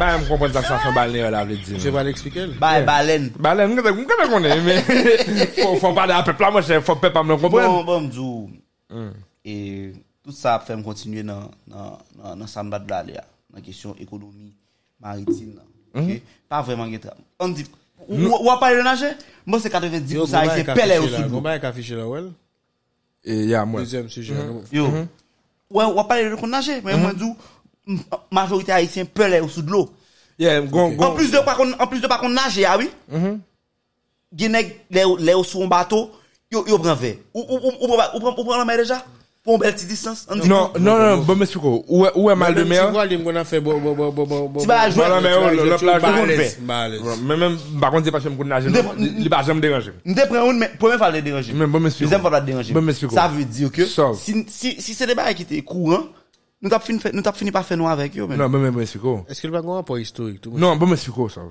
Ba, m kompren sa sa fè balne la vle di.
Je vais l'expliquer.
Bah, baleine.
Ba, lè, m kète konen, men. Fò, fò pa de apèp la, mwen chè, fò pep am lè kompren.
Bon, bon, m'dou.
Mm.
Et tout ça fait me continuer dans, dans, dans, dans Samba de l'Aléa. Dans la question économie maritime. là.
Mm-hmm.
Ok? Pas vraiment gain tra- On dit, ou, ou, ou à parler de nager? Moi, c'est 90% haïtien pèlè au sud.
On va afficher là, ouais.
E, ya, mwen.
Deuxième sujet. non?
Yo. Ouais, ou à parler de qu'on nager, mais moi, m'dou, m- majorité haïtien pèlè au sud de l'eau.
Yeah, gon,
En
gon.
plus de pas qu'on en plus de pas qu'on nage ah oui. Gen nèg les les sur un bateau, yo yo prend verre. Ou ou ou- ou prend ou prend- ou prend la mer déjà pour une belle petite distance. on dit-
Non, non, non, bon, mè siko. Ou e- ou e mal de mer?
Tu vas jouer.
Voilà, mais oh, le- le plage, tout le monde fait.
Balèze.
Mè mèm, ba kon di pa chè m kon nage,
De-
non, li ba jèm dérange.
Nous te prenons une mais première fois le déranger.
Mais bon, monsieur.
Deuxième fois le déranger.
Bon, monsieur.
Ça veut dire que
Sauve.
si si si c'est des bails qui étaient courants, nous t'as fini fait- nous t'as fini par faire nous avec eux même.
Non, mè mè mè siko.
Est-ce qu'il va avoir un rapport historique? tout le monde?
Non, bon, mè siko, sa.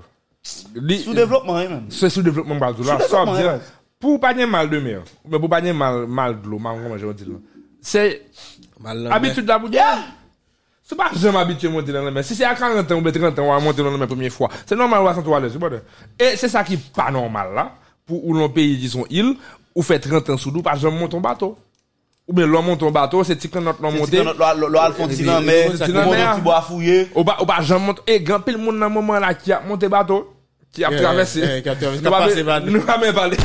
Li,
Sous développement hein, même.
Se sou devlopman bal do la, sa
Sous-développement,
ap dire,
ouais.
pou pa nye mal de mer, ou bien pou pa nye mal, mal de lo, man koman jè di la. Se,
Mal en mer.
abitud la pou di, ah, se pa jèm abitue monte nan la mer, se se a 40 an ou be 30 an ou a monte nan la mer premier fwa, se normal ou a santo alèz, ou bode. E se sa ki pa normal la, pou ou l'on peyi di son il, ou fe 30 an sou dou, pa jèm monte an bato. Ou bien l'on monte an bato, se ti kan not l'on monte,
L'Alphonsine en mer,
Alphonsine
en
on monte
mer.
au petit bois à fouiller.
ou pa, ou pa jèm monte, e gan pil moun nan mouman la ki ap monte bato, ki ap
Yeah,
travesse.
yeah, Eh, qui a traversé, qui a
Nou pa
passé
be-
par-
Nou pa men pale.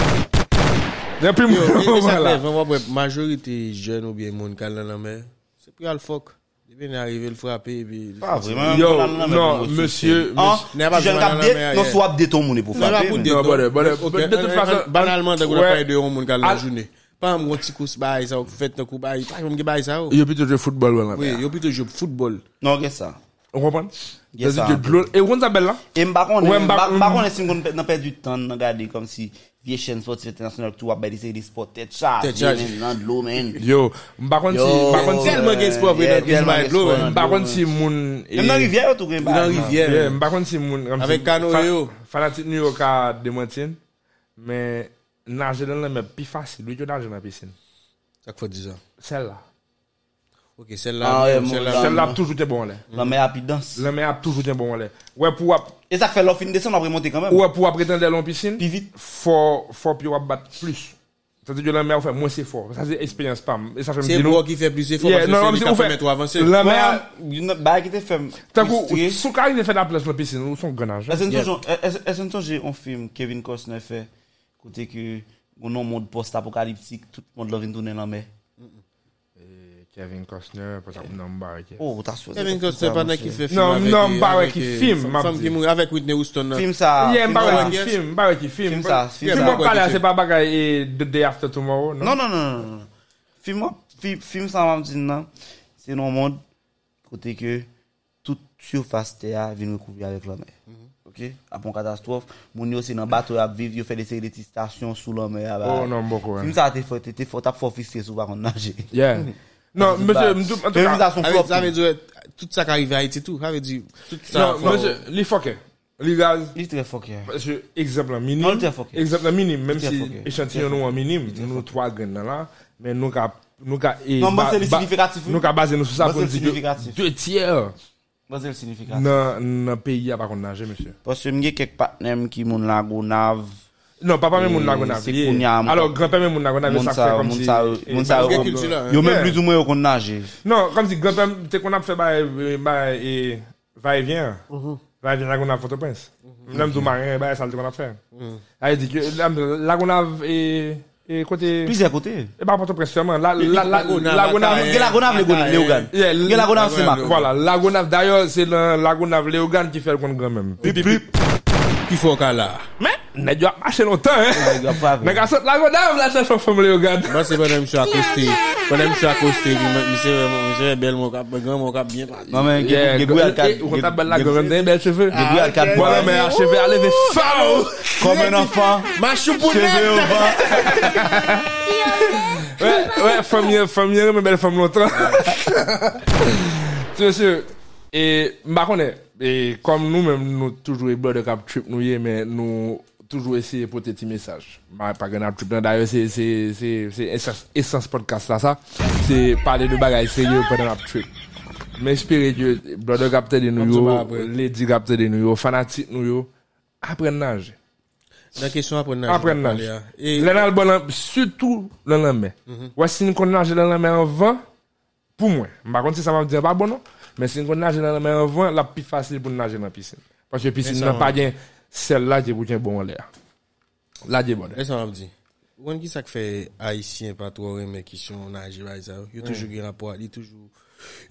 Gen pil
Yo,
moun
e- e
mouman
sa
la.
klef, an wap wep, majorite jen ou bien moun kal nan la mer, se pri al fok. Debe ne arrive l frape, e bi...
Ah, vraiment.
Yo,
Non, non, non, mais
non,
bon, aussi,
monsieur,
c'est- Hein,
monsieur, n'est pas
tu jeune
besoin
cap
d'aller en
dé-
mer,
Non,
yeah.
soit des tons, mon époux,
N'est pas
frappé,
pour
mais-
dire
Non, bon,
non.
bon, bon,
Ok,
de toute
un-
façon,
un- Banalement, dan kou
ouais.
la paye de yon moun kal
Al-
nan jounen. Pa an mwen ti kous bay sa ou, fet nan kou bay, pa yon mge bay sa ou.
Yo pito jwe football wè lan.
oh. Oui, yo pito jop football.
Non, qu'est-ce que ça?
On kompon? Desi
Yes, sir.
ke dlol. E kon sa bel la?
Et eh, m'a pas
Ouais,
est
m'a-
m'a qu'on est si qu'on n'a perdu de temps, n'a gardé comme si vieille chaîne sportive internationale, tout va baisser des séries sports, tête charge,
Tête charge.
man, dans de l'eau, man.
Yo, mba kon si, mba kon si,
tellement gen sport,
yeah,
vre nan kous
tellement
bay
gen
blo,
sport,
men.
man.
mba kon si moun...
Même dans rivière, tout gagne
Nan
balle, man.
rivye.
Mba kon si moun... comme si
Avec Kano
fa-
yo.
Fanatik New York a demantin. Men, nage nan la men pi fasil. Ou yo nage nan pisin.
Sak fwa dizan.
Sel la.
Ok, sel
Ah,
la,
ouais,
sel
mon
la.
gars.
Sel la ap toujou te bon lè.
La mer Non, rapide danse.
La men ap toujou te bon lè. Ouè pou ap...
Et ça fait l'offre, une descente, on va remonter quand même.
Ouè pou ap pretende lè lon pisin.
Puis vite.
fort, fort, puis on va battre plus. Ça veut dire la mer, on fait moins c'est fort. Ça, c'est expérience, pas. Et ça fait me
Se
dire
bo
non.
ki fe plis se fwa,
Yeah,
se
non, non,
se
mais
li
c'est
ka
on
fè
fait-
meto avanse.
La
Ouais,
mer,
une balle qui était ferme.
euh, t'as coup,
Frustré.
sous carré, il fait la place dans la piscine, où sont grenades.
Est-ce que toujours- est-ce- est-ce que j'ai un film Kevin Costner fait, côté que, on a un monde post-apocalyptique, tout le monde l'a vu tourner dans la mer.
Kevin Costner, pas ça, non, bah, ok.
Oh, t'as choisi.
Kevin Costner
Ça,
pendant
monsieur.
qu'il fait film
Non,
avec...
non,
euh,
pas
avec,
qui
euh,
filme,
femme-
m'a
Femme
dit.
qui mourit avec Whitney Houston. là.
Film ça.
Yeah,
film
bah,
ça.
ouais, qui
yes.
filme, bah, ouais, qui filme.
Film ça,
Bah,
film
film,
ça.
on parle,
Ouais, qui
c'est pas bagaille, et The Day After Tomorrow, non?
Non, non, non, non, non. Film, an- fi- film sa mam di nan, se nou moun, kote ke, tout surface te a vin recouvri avèk la mer.
Mhm.
Ok? Apon katastrof, moun yo se nan bato ap viv, yo fè de seri de ti stasyon sou la mer. ba-
Oh, non, beaucoup, ouais.
Film sa te fò, te te fò, tap fò fiske sou bakon nage.
Yeah. Non, monsieur,
Ba-
m'dou- en tout
Film
cas,
sa son
Avec-
flop.
Ah Ça veut dire, tout ça qui arrive à Haïti, tout. Ça veut dire, tout ça.
non, monsieur, les fuckers, les gaz,
Il tre fok ya.
Parce que, exemple en
Non,
minime,
t'es foqué.
exemple en minime, même
T'es
si
foqué.
échantillon nous en minime, nous trois graines dans là, mais nous ca nous ca et
Non, mais
ba-
c'est le
ba-
significatif, oui.
Nous ca baser nous sur ça
Mais
pour
c'est
dire
le
que
significatif. Ah.
deux tiers
Mwen se l signifikat.
dans dans pays a pas qu'on nager monsieur.
Pwosye mge kek patnem ki moun lago nav,
Non, papa même
Et
mon lagon
c'est qu'on y a-
Alors grand-père même mon lagon
moun
ça
sa
fait
yo,
comme
moun
si Eh,
sa yo,
et- bah,
moun sa
Parce
yo,
que culture là, hein.
yo men
Yeah.
plus ou mwen yo kon nage.
Non, comme si grand-père t'es qu'on a fait bah euh, bah et va et vient. Va et vient lagon à Port-au-Prince. Même
Mhm.
du marin bah ça le qu'on a fait. Ah il dit que lagon à et et côté
Plisè kote.
Et Eh ben, pas Port-au-Prince seulement. La, la, la,
Lagonav,
Lagonav.
Bataille.
Gen lagonav le gounan, le gounan.
Eh, ah, Yeah,
Gen lagonav se mak.
Voilà, Lagonav. D'ailleurs, c'est le Lagonav Léogane qui fait le compte grand même.
Qui faut qu'à là?
Mais, Nèg yo ap mache lontan,
Nèg yo ap
hein.
pave.
Nèg a sot la godam la chache fòm le yo gade.
Mwen se pwede msè akoste, pwede msè akoste, msè msè bel mwen kap, mwen mwen kap bien pati.
Non men,
Yeah,
ge gwe al kat.
eh, Ou kon tabel la gorende, yon bel cheve.
Ge gwe al kat
Bon la
boy.
men, a cheve a leve faw.
Kom en anfan,
Ma
cheve
choupounette!
ou van.
Si yo vle,
Ouais, ouais, fòm yon, fòm yon, men bel fòm lontan. Tu monsye, e mba konè, e kom nou men nou toujou e blode kap trip nou ye, men nou toujou eseye pote ti mesaj. Ma pa gen ap Bah, trip nan, d'ayon se, se, se, se, essence, essence podcast la sa. Se pale de bagay seyo pwede ap trip. Mè espere diyo, blode kapte de nou
Mwen mba
yo,
apre.
lady kapte de nou yo, fanatik nou yo, apren nage.
Nan kesyon apren nan.
Apren nage.
E,
Lè nan l bon an, sütou lè nan mè.
Mhm.
Wè si n kon nage lè nan mè anvan, pou mwen. Mba kon si sa mè mè diyan pa bon non, men si n kon nage lè nan mè anvan, la pi fasil pou n nage nan pisin. Paske pisin
Mais ça,
nan pa
ouais.
gen, sel la je pou gen bon an lè. La je bon.
e sa mwen di. Wan ki sak fe Haitien patro reme ki son nage bay sa yo? Yo toujou gen rapor, li toujou,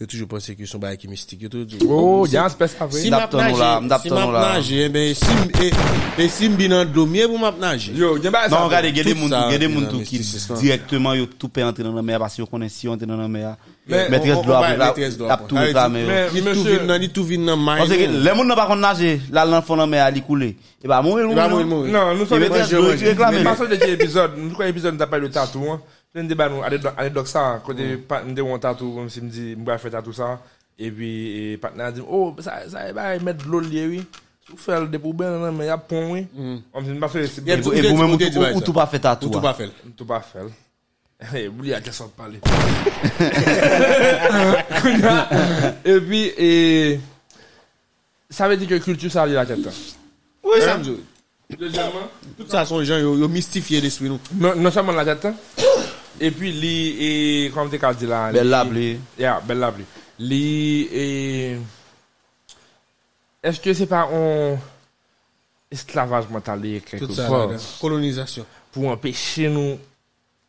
yo toujou pense ki son bay ki mistik. Yo toujou...
Oh, jan spes avè.
Si
Mdap
map
ton nou la,
nage,
mdap
si
ton nou
map
la.
nage, e ben, si m- e- e si m binan do, miye pou map nage.
Yo, gen ba e sa.
Non, gade, gen de
Tout
moun
sa,
tou, gen de
il
moun
a
tou ki
mistisisme.
direktman yo tou pe entre nan la mer, parce yo konen si yo entre nan la mer.
Mais
on-
Metres
on
do
va
apre,
maîtresse do
ap
apre.
tou reklame yo.
Mais,
Li tou
monsieur-
vin nan, li tou vin nan may.
Pase ke,
nou.
le moun nan pa kon nage, la lan fon nan mer, li koule. E ba moun el
E
moun.
ba moun moun.
Non, nou
E
son
metres do,
Moi, je-
tu reklame
Mais
yo.
pas de quel épisode, nous quoi épisode nous pas le tatou hein. Je ne dis pas nous anecdote ça quand nous devons un tatou comme si me dit moi faire tatou ça et puis et partenaire dit oh ça ça va mettre de l'eau lié oui. Vous faire des poubelles non mais il y a pont oui. On me dit pas c'est
Y a
bien
tout-
E pou mè
Ou te di bay
moun
sa?
tou pa fe
Ou
tatou.
tou pa fel.
tout pas faire. Eh vous lui a déjà parler. Et puis et ça veut dire que culture ça lié à quelqu'un.
Oui, sa mdou.
Deuxièmement
Tout sa son jan yo, yo mistifiye l'esprit nou.
Non, non seulement la tête, hein. et puis li, et, comment t'es qu'à dire là?
Bel
li-
lab li.
Yeah, belle lab li. Li, et, est-ce que c'est pas un esclavage mental li, quelque
Tout sa
part,
la dan. Kolonizasyon.
pour empêcher nous,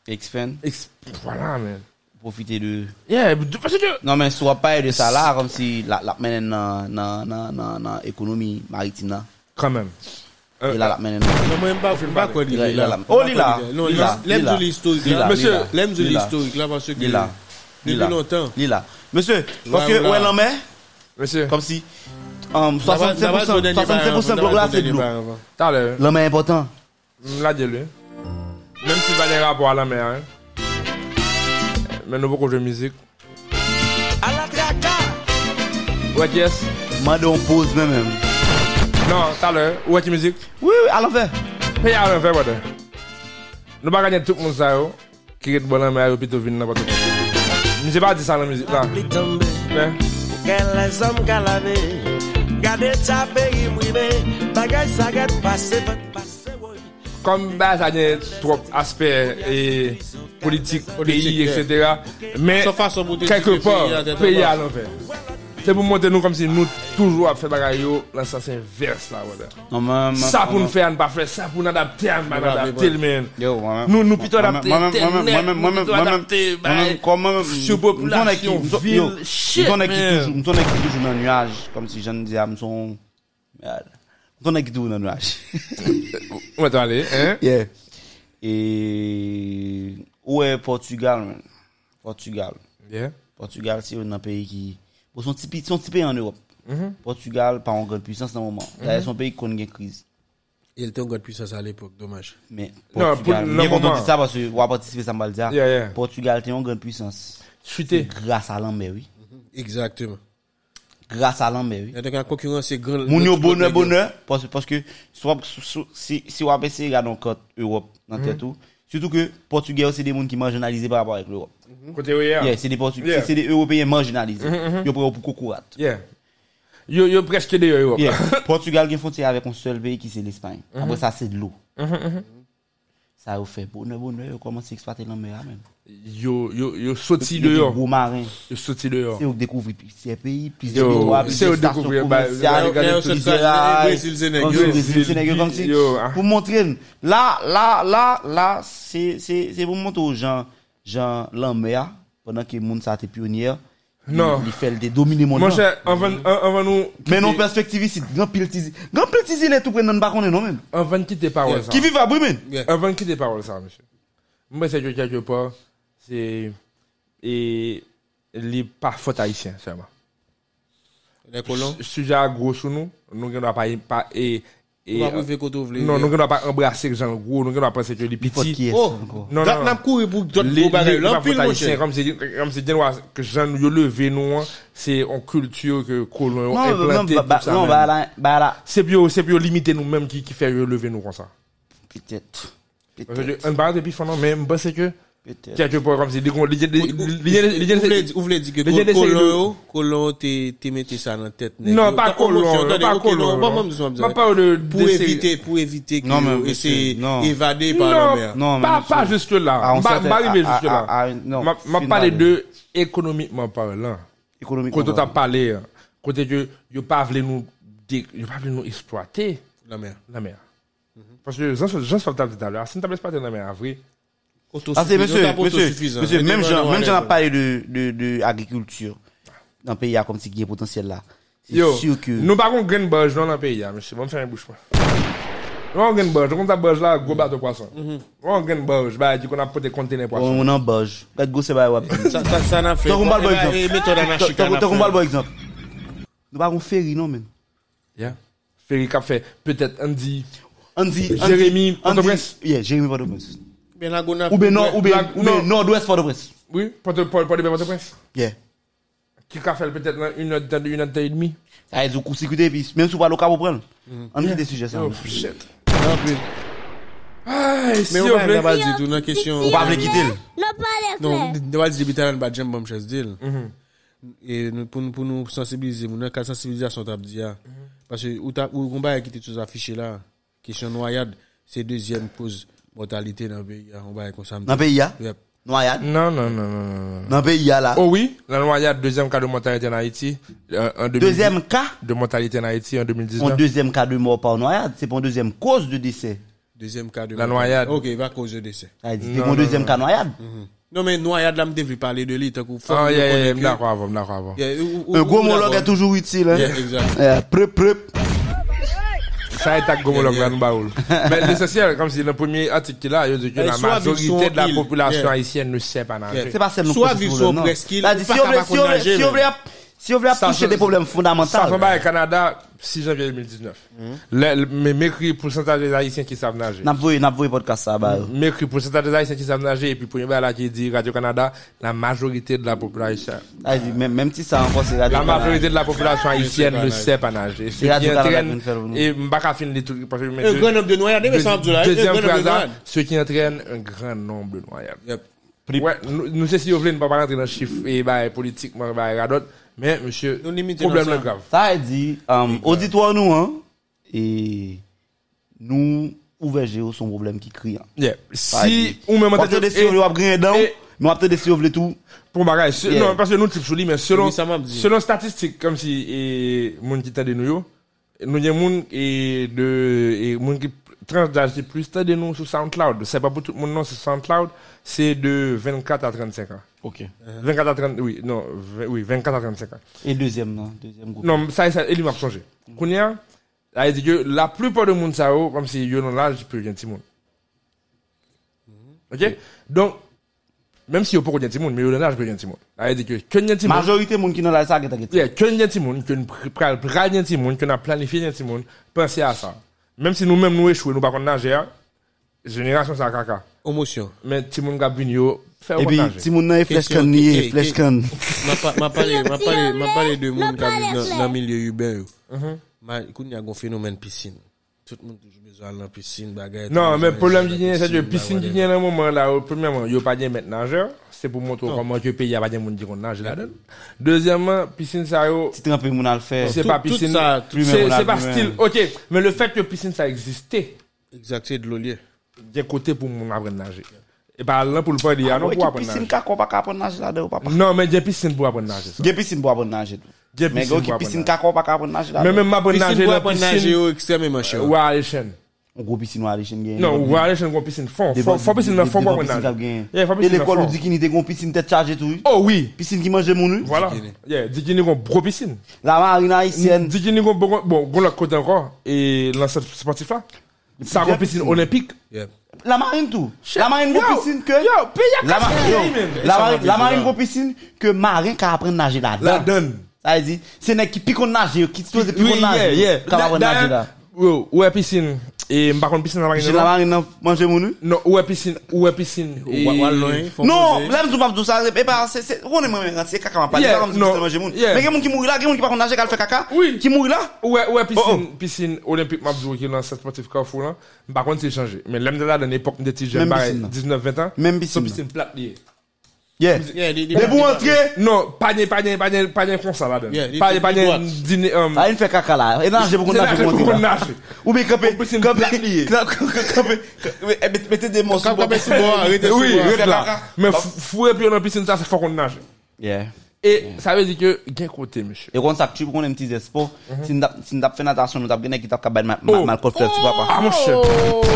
Expand,
ex- voilà, man.
profite de...
Yeah, parce que,
Non men, sou ap paye de sa la, kom si la la menen nan, nan, nan, nan, nan, ekonomi maritim nan.
quand même. Euh,
E la la menen nan.
Non, mwen mba, mba kwa li
Il a-
li
il a
la.
la- Oh, li la.
Non,
Li la.
lem
Li
zou
la.
l'historik
Li
la.
la.
Monsieur,
Li la.
lem zou
Li la.
l'historik la, parce que...
Li la. Li la.
Depi lontan.
Li la. Monsieur,
euh. Ouais,
paske
ou la.
ou el an mer,
monsieur,
kom si, um, 65%, 65% blok la se blok.
t'as l'air,
L'an mer important.
la dis lui. Même si pas des rapports à la mer, hein. Mais nous beaucoup de musique.
A la traka
Ouais, yes.
Mande on pose men men.
Non, t'as l'air, ouais, qui musique?
Oui, oui, al an fer.
Pe a ren fe wade. Nou ba ganyan tout moun sa yo, ki ret bonan me a yo pito vin nan pato. Mi se pa di sa nan mizik la.
Li tombe
Men,
Ken le zom kalave Gade chape yi mwive Bagay saget pase Vet pase woy
kom ba sa gen trop aspe e politik,
Politik,
peyi,
yeah.
etc. Men,
Sa fason pou te
kelke
di ke
por,
peyi a tete
peyi a
basse.
ren fe. Se pou monte nou kom si nou toujou ap fe bagay yo, lan sa se vers la wade.
Non men, men.
Sa pou nou fe an pa fe, sa pou nou adapte an pa nou adapte l men.
Yo, mwen men.
Nou nou pito
Mwen men,
adapte
mwen men, mwen men,
internet,
mwen
nou pito
men, mwen men,
adapte
mwen men,
bay,
kon mwen men,
surpopulasyon,
mwen ton ekip,
vil,
yo,
shit
mwen ton ekip
men.
toujou- Mwen ton ekip toujou nan nuaj, kom si jen diya mson... Mwen ton ekip toujou nan nuaj.
Mwen te ale, hein?
Yeah. E... Ou e Portugal men. Portugal.
Yeah.
Portugal se yon nan peyi ki... Bon, son ti pi- son ti peyi an Europe.
Mhm.
Portugal pa an gran puissance nan mouman. Daya son peyi kon gen kriz.
El te yon gade puissance a l'epok, domaj.
Men,
Non,
Portugal...
pou- nan
Mwen konton
mouman.
di sa, parce wap patisipe sa mbal diya.
Yeah, yeah.
Portugal te yon gran puissance.
Chute.
Grasa lan mè, oui.
Exactement.
Grasa lan mè, oui.
Yon te kan konkurans se gran...
Moun yo bonè, bonè, parce, parce que so, so, si, si wap ese gade an kote Europe nan tè tou, surtout que Portugè ou se de moun ki marginalize par rapport ak l'Europe.
Kote ou ya.
Yeah, se de Portugè,
Ah. Yeah.
se de Européen marginalize. Yo pre ou pou koukourat.
Yeah. Yo, yo preske de yo yo.
Yeah. Portugal gen fontye avèk an sel peyi ki se l'Espagne. Apre sa se de l'eau. Sa yo fè bonè, bonè, yo komanse eksploate lan mè a men.
Yo, yo, yo soti de
Yo
yo.
gwo marin.
Yo soti de yo.
Se yo dekouvri se peyi, plis de
Yo,
l'Europe,
se yo dekouvri, ba- ba-
Yon
Regardez
se
tout
l'faj, Brésil se
Yo,
negyo.
Brésil,
Brésil, Sénégal, comme si-
yo, ah.
Pour montrer, là, là, là, là, c'est c'est- c'est pour montrer aux gens, gens, l'homme, pendant que Moun ça a été pionnier,
Non.
Il fait le dé- dominer mon
Mon
nom.
cher, avant, avant nous.
Mais non, perspective ici, grand pile tizi. Grand pile tizi, il est tout près de nous, non même.
Avant de quitter parole, ça.
Qui vive à Brimen?
Avant de quitter parole, ça, monsieur. Moi, c'est que quelque part, c'est. Et. Les pas faute haïtien, seulement.
Les colons.
Sujet à gros sous nous, nous ne doit pas. pas- Et. et- euh,
Ou pa pou fe koto vle.
Non, nous ne doit pas embrasser les gens gros, nous ne doit pas penser que les
Il faut
petits.
qui est
Oh,
encore.
Non,
non,
non.
non. Gat kouri pou dot
les
gros bagay.
les- les
L'anpil
Haïtiens,
mwen chè.
comme c'est comme c'est dit, nous, que gens nous levé nous c'est en culture que colon
Non, non,
implanté
bah, bah,
tout ça
non,
même.
bah là, bah là.
c'est bio c'est bio limiter nous mêmes qui qui fait euh, lever nous comme ça
Peut-être.
Parce que
Peut-être.
on parle depuis fondant mais moi c'est que
Peut-être.
quelque part comme c'est des les
Ou vle di ke
les gens essaient
kolon
de-
yo, kolon te, te mette sa nan tet nèg
non
yo.
pas
Ta promotion,
colon
attendez,
pas
ok, non,
colon
pas bah, même besoin, besoin.
pas parle de
Pour
de-
éviter, pour éviter
Non, mais
que
monsieur,
essaye
non.
évader par la
non
mer.
Non, mais
pas
monsieur.
pas Bah, jusque
Ah,
là
on
pas
s'attend
pas arriver
à-
jusque
à-
là
à- non,
m'a m'a
final.
parlé de économiquement parlant
Économiquement.
quand on t'a parlé hein, côté que yo pas voulu nous dé- yo pas voulu nous exploiter
La mer.
la mer parce que j'en j'en sortais tout à l'heure si ne t'appelles pas de la mer à vrai
Ah, c'est monsieur, monsieur,
Autosuffisant.
monsieur, même Jean, même Jean a
pas.
parlé de, de, de agriculture. Dans le pays, il y a comme si il y a potentiel là. C'est
Yo,
sûr que.
nous pas qu'on gagne barge dans le pays, hein, monsieur. Bon, faire un bouchement. Nous on gagne barge, on a barge là, gros bateau poisson. On gagne barge, bah, dit qu'on a porté conteneur poisson.
On en bage. Regarde, go, c'est pas wap.
Ça, ça, ça n'a fait.
T'as combat le bon
Eh ben, eh, méthode
exemple.
anarchique,
T'as
n'a
t'as
fait.
combat le bon exemple. Nous pas on ferry, non, même.
Yeah. Ferry qu'a fait, peut-être Andy.
Andy, Andy-
Jérémy,
Andy-
Port-au-Prince.
Yeah, Jérémy Port-au-Prince.
Ben, la gona-
Ou bien nord, ou bien,
Blague-
ou bien
non.
nord-ouest Port-au-Prince.
Oui, porte porte porte porte prince.
Yeah.
Qui qu'a fait peut-être dans une heure, dans une heure et demie.
Ça a du coup sécurité, puis même si on pas le cap, on prend. On dit des sujets, ça.
Oh, shit.
Ah, oui.
Ah, si
Mais
on
on va
veut.
pas dire tout, non, question.
On pas veut quitter le.
L'op pale
Non,
kler.
ne va dire bitan ba jem bom ches dil.
Mhm.
Et nou- pou nou pou nou sensibiliser, moun nan ka sensibilisation tap di ya.
Mhm.
Parce que ou ta ou gomba ki te tous affiché là, question noyade, c'est deuxième cause mortalité dans le pays, hein. on va comme ça.
Dans le pays, là.
Yep.
Noyade.
Non, non, non, non, non, non.
Dans le pays, là.
Oh oui, la noyade, deuxième cas de mortalité en Haïti. euh, en 2010
Deuxième cas.
De mortalité en Haïti en
Mon
2019.
deuxième cas de mort par noyade, c'est mon deuxième cause de décès.
Deuxième cas de
La
mortalité.
noyade.
OK, va cause de décès.
Ça a Ah, dit,
Non,
C'est mon
non,
deuxième cas noyade.
Non mais noyade là me devait parler de lui tant qu'on faut.
Ah,
nous
yeah, yeah, yeah,
connaît que-
d'accord avant, d'accord avant.
Yeah, ou- ou-
Un
ou-
gros
ou
monologue
d'accord.
est toujours utile. hein.
Yeah, exact.
Euh, Preup, preup.
Ça est un gomologue là, nous baoul. Mais l'essentiel, comme c'est le premier article là, il dit que
Eh,
la
soit
majorité
vivre
de la
sur
population
île. Yeah.
haïtienne ne sait pas nager.
Yeah.
C'est pas seulement
Soit
cause
vivre
pour le
sur
nom.
presqu'île,
Là, dit,
ou
Si
pas
on veut-
capable
si on veut-
nager,
si on veut si on veut
Ça,
toucher
ça-
des problèmes
Ça fait
fondamentaux.
pas au Canada, 6 janvier 2019.
Mm-hmm.
Le- le- Mais m'écrit pourcentage des haïtiens qui savent nager.
N'a pas vu, n'a pas vu podcast ça, bah.
M'écrit pourcentage des haïtiens qui savent nager. Et puis, premier bail là qui dit Radio-Canada, la majorité de la population,
Ah, il dit, Même même si ça encore, c'est
la
radio.
majorité de la population haïtienne
pas
ne
nager.
sait pas nager. Ce
Et
qui
Radio-Canada
entraîne,
vient faire nous.
et m'pas qu'à finir les trucs, parce que je mets
Un
deux-
grand nombre de noyades, mais ça Abdoulaye, un
Deuxième
grand nombre de
phrase, hein.
noyades.
ce qui entraîne un grand nombre de noyades.
Yep.
Ouais, nous, nous c'est si vous voulez ne pas rentrer dans le chiffre et bah, politiquement, bah, radot, mais monsieur,
Nous limitons
problème
dans ça.
le grave.
Ça a dit, euh, auditoire nous, hein, et nous, ouvert géo, son problème qui crie. hein.
Yeah.
Ça a
Si,
dit.
ou même,
On va te
et-
laisser, on va griller dedans,
et-
mais on va te laisser ouvrir tout.
pour bagage, se-
Yeah.
non, parce que nous, type mais selon,
Oui, ça m'a dit.
selon statistiques, comme si, et, moun qui t'a de nous, yo, nous, y a moun, et de, et moun qui tranche d'âge de plus, t'a de nous sur SoundCloud. C'est pas pour tout le monde, non, sur SoundCloud, c'est de 24 à 35 ans.
Ok.
Hein?
24 à 30, oui, non, vingt- oui, 24 à 35 ans.
Et deuxième, non, deuxième groupe.
Non, ça, ça, il m'a changé. Kounia, là, il dit que la plupart de monde, ça, oh, comme si yo non l'âge, plus rien de monde. Ok? Donc, même si yo pas rien de monde, mais yo non l'âge, plus rien de monde. Là, il dit que, que rien de monde.
Majorité, moun qui dans la salle, t'inquiète.
Yeah, que rien de monde, que nous pral, pral rien de monde, que nous planifié rien de monde, pensez à ça. Même si nous-mêmes nous échouons, nous pas qu'on nager, hein, génération ça caca.
Émotion.
Mais ti moun kap vini yo, fè
Et
ou
puis,
nager.
si moun nan, flèche
Question,
can
ok,
nié,
ok.
flèche can.
Ma pa- ma pale ma pale ma pale de moun ka
pale
vive
clair.
nan milye yuben yo.
Mhm.
Ma koun ya gon fenomen piscine. Tout moun toujou bezwa nan piscine bagay.
Non,
tout
mais
bezwen
problème
nan
qui vient, c'est que
piscine,
piscine qui
bagay.
vient dans le moment là, où, premièrement, il n'y a pas de maître nageur. C'est pour montrer comment que le pays a pas de monde qui compte nage là-dedans. Deuxièmement, piscine ça, yo,
Si trempé moun al faire.
c'est
tout-
pas
tout
piscine.
ça,
tout même,
C'est
on a
c'est pas
vu même.
style. Ok. Mais le fait que piscine ça existait,
Exact, c'est de l'eau liée.
des côtés pour mon apprendre à nager. Et par là, pour le pas dire, non,
Ah, Ouais,
pour
qui
apprendre à
piscine,
nager.
ka, qu'on pas apprendre nager là-dedans, ou pas.
Non, mais des piscines pour apprendre à nager. ça.
Gye piscine pour apprendre nager.
Gye
Mais
piscine
gros
pour
qui piscine
apprendre
Ah, ka, qu'on pas apprendre nager là-dedans.
Mais même apprendre à
Piscine
nager,
pou
la
apon nage
piscine,
yo ekstremement chè.
ou à l'échelle.
on gros piscine à l'échelle gagne.
Non, ou aller chez un grand piscine fond.
Des
Fond
gros-
fond piscine,
des-
mais fond
des
pas
gros
qu'on
piscines
a.
kap gen.
Yeah, fond
Et
piscine,
l'école
fond.
ou dit qu'il était gros piscine tête chargée tout.
Oh oui,
Piscine qui mangeait mon
voilà. Yeah, Dikini gon gros piscine.
La marine haïtienne.
Dikini gon bon, bon, gon l'autre côté encore. Et l'ancien sportif là. Ça gon piscine olympique.
Yep.
La marine tout. La marine
Yo,
gros piscine que.
Yo, paye
La marine, yo,
même.
la
Ça
marine,
va
la marine
bien,
gros piscine que marin qui apprend à nager
La
là-dedans.
donne.
Ça veut dire, c'est nèg qui pique en nager, qui se pose et pique
Oui,
en
yeah,
nager.
yeah.
Qui apprend à nager là.
Yo, où est piscine? Et m'pas contre piscine à la marine.
J'ai la
non?
marine nan manje moun
Non, où est piscine? Où est piscine?
Ou wa- wa loin, fon
Non,
pose.
là m'dou pas tout ça, c'est pas c'est c'est on est moi c'est caca m'a pas dit
Yeah,
là comme si
non,
c'était manje moun.
yeah.
Mais gen moun qui mouri là, gen moun qui pas kon nager, qui fait caca,
Oui.
qui mouri là.
Ouais, ouais, piscine,
Oh,
piscine olympique, m'a dit, qui est l'ancien sportif Carrefour, là. Par contre, c'est changé. Mais l'homme de là, dans l'époque, des petits jeunes,
Même
bah,
piscine, là.
19, 20 ans.
Même piscine,
son
là.
piscine plate liée.
Yeah.
Yeah, li- li-
Mais pour entrer,
Non, pas de, pas de, pas de, pas de con, ça, là, dedans.
Yeah, il-
Pas de,
il
pas de,
doit.
dîner, euh,
Ah, il fait caca là. Et nager pour qu'on
c'est là
nager
que
pour
qu'on
monter. là.
nage.
Ou bien camper,
Ou piscine
camper,
plate liée.
camper, eh, met- mettez des morceaux.
Quand
pour-
on met sous bois, arrêtez sous
Oui,
bois.
c'est
reste là.
caca.
Mais
Hop.
fou- fouer puis on en piscine, ça, c'est fort qu'on nage.
Yeah.
Et,
Mm.
ça veut dire que, gain côté, monsieur.
Et quand ça tue pour qu'on ait un petit espoir, si nous si nous fait natation, nous avons gagné qui t'a cabane mal mal coffre, tu vois pas.
Ah, mon cher.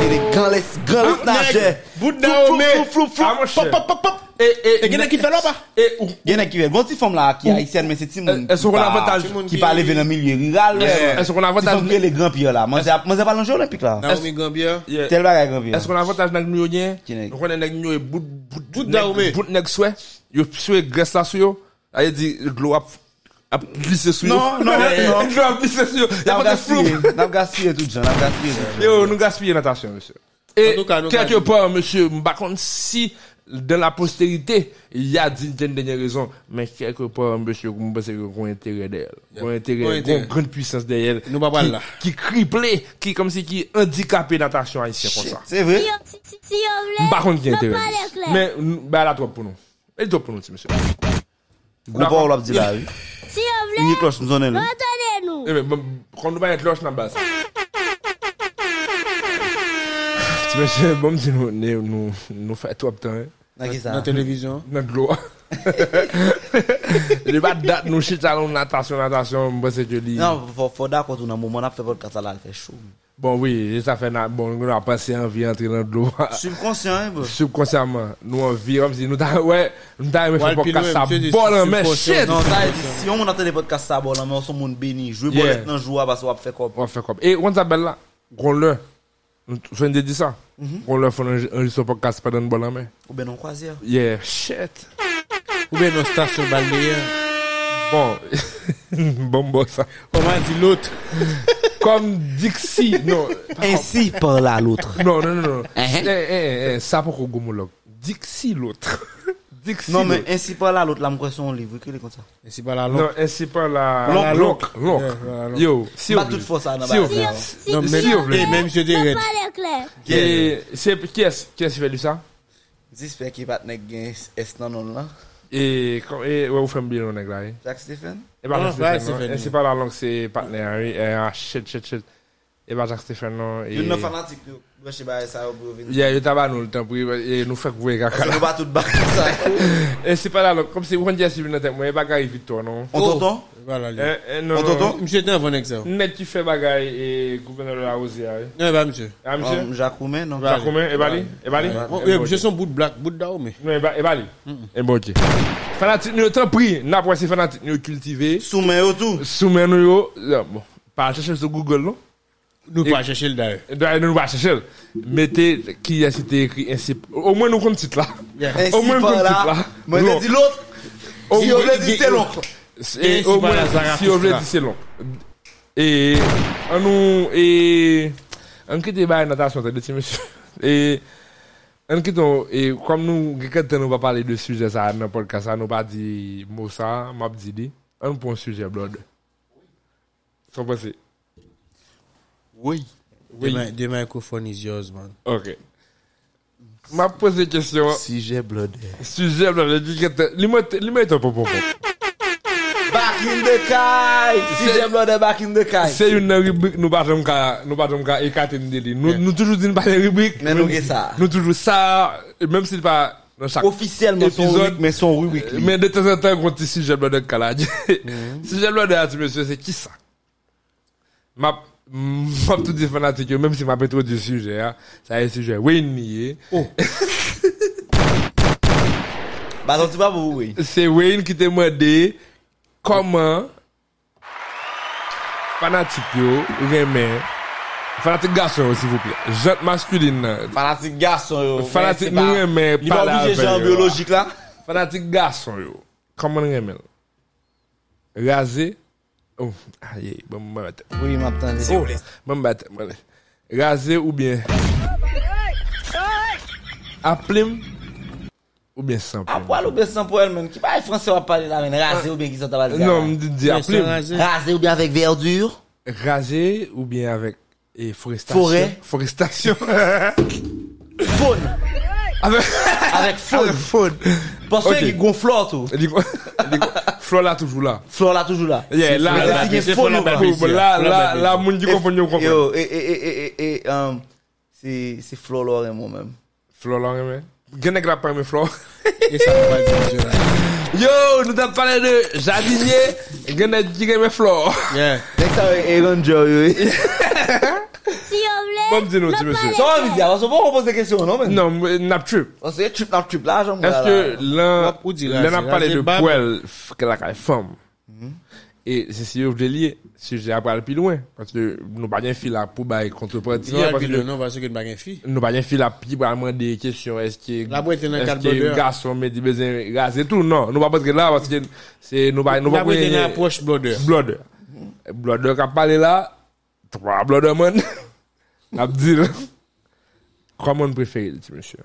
Et les gants, les gants, les nageurs.
Bout Dahomey.
Flou, flou, flou, flou.
Ah, mon cher.
Pop, pop, pop, pop.
Et, et,
Et qui est-ce qui fait là-bas?
Et, ou-
Il y en a qui veulent. Bon, petit femme là, qui est haïtienne, mais c'est petit monde.
Elles- elles
qui
sont
pas-
l'avantage.
Qui parle vers le milieu rural. ouais.
elles- elles sont l'avantage.
Petit femme qui est les grands pires là. Moi, c'est moi, c'est pas l'enjeu olympique là.
Naomi Gambier.
yeah.
Tel bagage grand pire.
Est-ce qu'on a avantage dans le milieu gain
Qui n'est-
On connaît le milieu et bout bout bout
d'armée.
bout nèg souhait. Yo souhait graisse là sur yo. Aïe dit glow up a glissé sur yo.
Non, non, non.
Glow up glissé sur yo. Y a
N'a
pas de flou.
gaspillé. N'a gaspillé tout, Jean. N'a gaspillé.
Yo nous gaspiller natation monsieur.
En
Et
tout cas, nous
quelque
gaspillons.
part monsieur par contre si dans la postérité, il y a d'une dernière raison, mais quelque part, monsieur, vous pensez que vous avez intérêt d'elle. Vous avez
Gros
intérêt,
intérêt.
une grande puissance derrière.
Nous pas
qui-
là.
Qui criplé, qui comme si qui handicapé natation haïtienne comme ça.
C'est vrai?
Si yo- si- si- si yo vle,
Par contre, qui est
lop
intéressant.
pale klep.
Mais, mm, bah, la trop pour nous. Elle trop pour nous, petit monsieur.
Gros pas, on l'a dit là. oui.
Si yo vle,
Il y a cloche, nous en est là.
retene nou.
Eh, mais, bon, quand nous va être loche dans la base. Petit monsieur, bon, dis nous, nous, nous, nous fait trop de temps, hein.
N'a qui
Dans la
ça?
télévision.
Notre gloire. Il va date nous chita allons natation, natation, bon, c'est que lui.
Non, faut, faut d'accord, tout dans le moment, on a fait podcast là, il fait chaud.
Bon, oui, ça fait, na- bon, nous a passé en vie entrer dans le gloire.
Subconscient, hein, bro.
Subconsciemment, nous en vie, comme si nous t'a, ouais, nous t'a aimé
Ouais,
faire
puis nous,
podcast, ça
monsieur,
bol en
c'est
main,
subconscient.
shit!
Non, ça, il dit, si on a des podcasts ça, bon, là, mais on sont monde béni. Jouer
Yeah.
pour être un joueur parce qu'on va faire quoi?
On va faire comme. Et on s'appelle là, on le. Je de dire ça.
Mm-hmm.
On le fait un- un juste podcast pendant une bonne main.
Ou bien on croisière.
Yeah, shit.
Ou bien nos stations balnéaires.
Bon, bon, bon, ça.
Comment dit l'autre?
Comme Dixie, non.
Ainsi parla l'autre.
Non, non, non, non. Eh, eh, eh, ça pour qu'on gomologue. Dixie l'autre. Dixie
Non, mais
l'autre.
ainsi parla l'autre, là, me question, on livre, qu'il est comme ça.
Et c'est pas la
Non,
langue.
ainsi pas la.
L'oncle,
la l'oncle,
l'oncle.
l'oncle.
Yeah, voilà, l'oncle.
Yo, si
Pas
on
toute
veut.
force, ça, dans
Si
la
on
base.
Si yo-
veut.
si-
Non,
si
mais-
yo vle,
Eh, même si yo te
lop
red.
pale klep.
Et Eh, c'est- Qui est-ce qui est-ce qui fait du ça?
J'espère qu'il va te gagner S non non là.
Et comme- et, Eh, ouais, vous faites bien, on est eh. là. hein.
Jack Stephen.
Et pas
Non,
Jacques Stéphane,
ouais, c'est
non.
fait,
Et
oui.
hein. Eh, c'est pas la langue, c'est partenaire. oui. Et, ah, shit, shit, shit. Eh Et pas Jacques Stéphane, non. Et...
Il y a un fanatique, yo. Je sais pas, ça, au bout de
Yeah, yo tabac nous le temps pour et nous fait couper caca là.
On va tout battre ça.
Et c'est pas la langue, comme si vous rendiez sur une tête, moi, et bagaille victoire, non.
On t'entend?
Voilà, lui.
Eh, eh, non,
On
non.
t'entend?
Monsieur était un bon exemple.
Net qui fait bagaille et gouverneur de la Rosière. hein.
Non, bah, monsieur.
Ah, monsieur?
Um, Jacques Roumain, non?
T'as combien? Et Bali? Et Bali?
Bon,
Eh,
eh,
bon,
Monsieur,
ok.
son bout de black, bout de Dahomey.
Non, et Ba- et Bali? Et bon, ok. Fanatique, nous, t'en prie. N'a pas ces fanatiques, nous cultivés.
Soumain, yo tout.
Soumen nous, yo. là, Bon. Pas chercher sur Google, non?
Nous
Et-
pas chercher le d'ailleurs.
Doye nou ba chèchèl. Mete ki yè si te ekri ensi. Au mwen nou kon tit la.
Ainsi
Au moins,
par
une petite,
là.
là.
ah. Moi, je
Non.
dit l'autre.
Au
Si
moins-
on veut dire, c'est l'oncle.
Et
si
au
pas la
mwen si yo vle
Zarathustra.
di se lon. E an nou e an kite baye natasyon te de ti mèche. E an kite on e kom nou gekat te nou pa pale de suje sa nan podcast sa nou pa di mou sa map di li. An pou an suje blod. Son pase.
Oui.
Oui.
Demain, the microphone is yours, man.
Ok. Ma pose kestyon.
Si j'ai bloodé.
Sujet, là, le dit que t'as- Lis-moi t- lis-moi un peu pour moi.
Back in the kai. Si
C'est-
j'ai bloodé, back in the kai.
C'est une rubrique, nous partons qu'à, nous partons qu'à écarter une délire. Nous, nous toujours disons pas les rubriques.
Mais nous, qu'est-ce ça?
Nous toujours ça, et même s'il pas dans chaque
Officiellement, son
Épisode.
rubrique, mais son rubrique. lui.
Mais de temps en temps, quand tu
Mhm.
sujet blanc de calage. Sujet blanc de calage, monsieur, c'est qui ça? Ma, Mwen tout di fanatik yo, menm si mwen apè tro di suje ya, sa yè suje Wayne niye.
Ba santi pa pou wè.
Se Wayne ki te mwede, koman fanatik yo remè, fanatik gason yo, s'il vous plè, jante maskuline nan,
Fanatik gason yo.
Fanatik
Men,
nou
se pa-
remè
Li
pa
pa
la
oblige
veille,
jan
yo.
biologik la.
fanatik gason yo, koman remè? Raze, oh, aye, bon mwen batè.
Oui, map tan de.
Oh, mwen batè, mwen batè. Raze ou bien, aplim, ou bien
A
sanplim.
poal ou be san pou el men. Ki pa e franse wap pale la men. Raze ou be ki san tabal di.
Non, mwen di
Mwen se
aplim.
raze.
Raze ou be avèk verdure.
rasé ou bien avec et forestation.
Forêt.
Forestation.
Faune.
avec
Avec
avec
faune.
faune.
Parce
Ok.
que ki gon flor tou.
Elle dit quoi Elle dit quoi Flore là toujours là.
Flor la toujou la.
Yeah, là,
Fleur
là,
la
là,
signé
c'est
faune
fleur
ou
la
pas?
belle.
là, là, là, là, moun di kompon yo kompon.
Yo, e, e, e, e, e, um, se, se flor lor en moun men.
Flore là, mais. Gen ek la pa me flore.
E sa mwen pa di msye la.
Yo, nou tap pale de jardinier, gen ek di gen me flore.
Yeah.
Dek sa e ron jo yo.
Si yo vle,
Bon, dis-nous,
lop
dis, monsieur.
pale
Son
kle.
an vizya, an son pou repose kesyon non men.
Non, m- nap trip.
An se e trip nan trip la, jan mwen
Est-ce
la.
que l'un,
Ou di rasé,
l'un a parlé
rasé
de
bab.
poil, f- que la caille femme. Mhm. Et c'est si vous voulez lier, sujet à parler plus loin. Parce que nous pas bien fil là pour bail contrepartie.
Ti al
parce
pi
que-
le nan vase ke n bagen fi.
Nou pa gen fil api pou alman de kesyon eske
La boîte est dans quatre bonheurs.
gason me di bezen gaze tout non nou pa patre la parce que se nou
Ah,
pa nou
La
pa
mwen ten approche blode.
blood blood ka pale la trois blood man ap di la kwa moun preferi ti monsye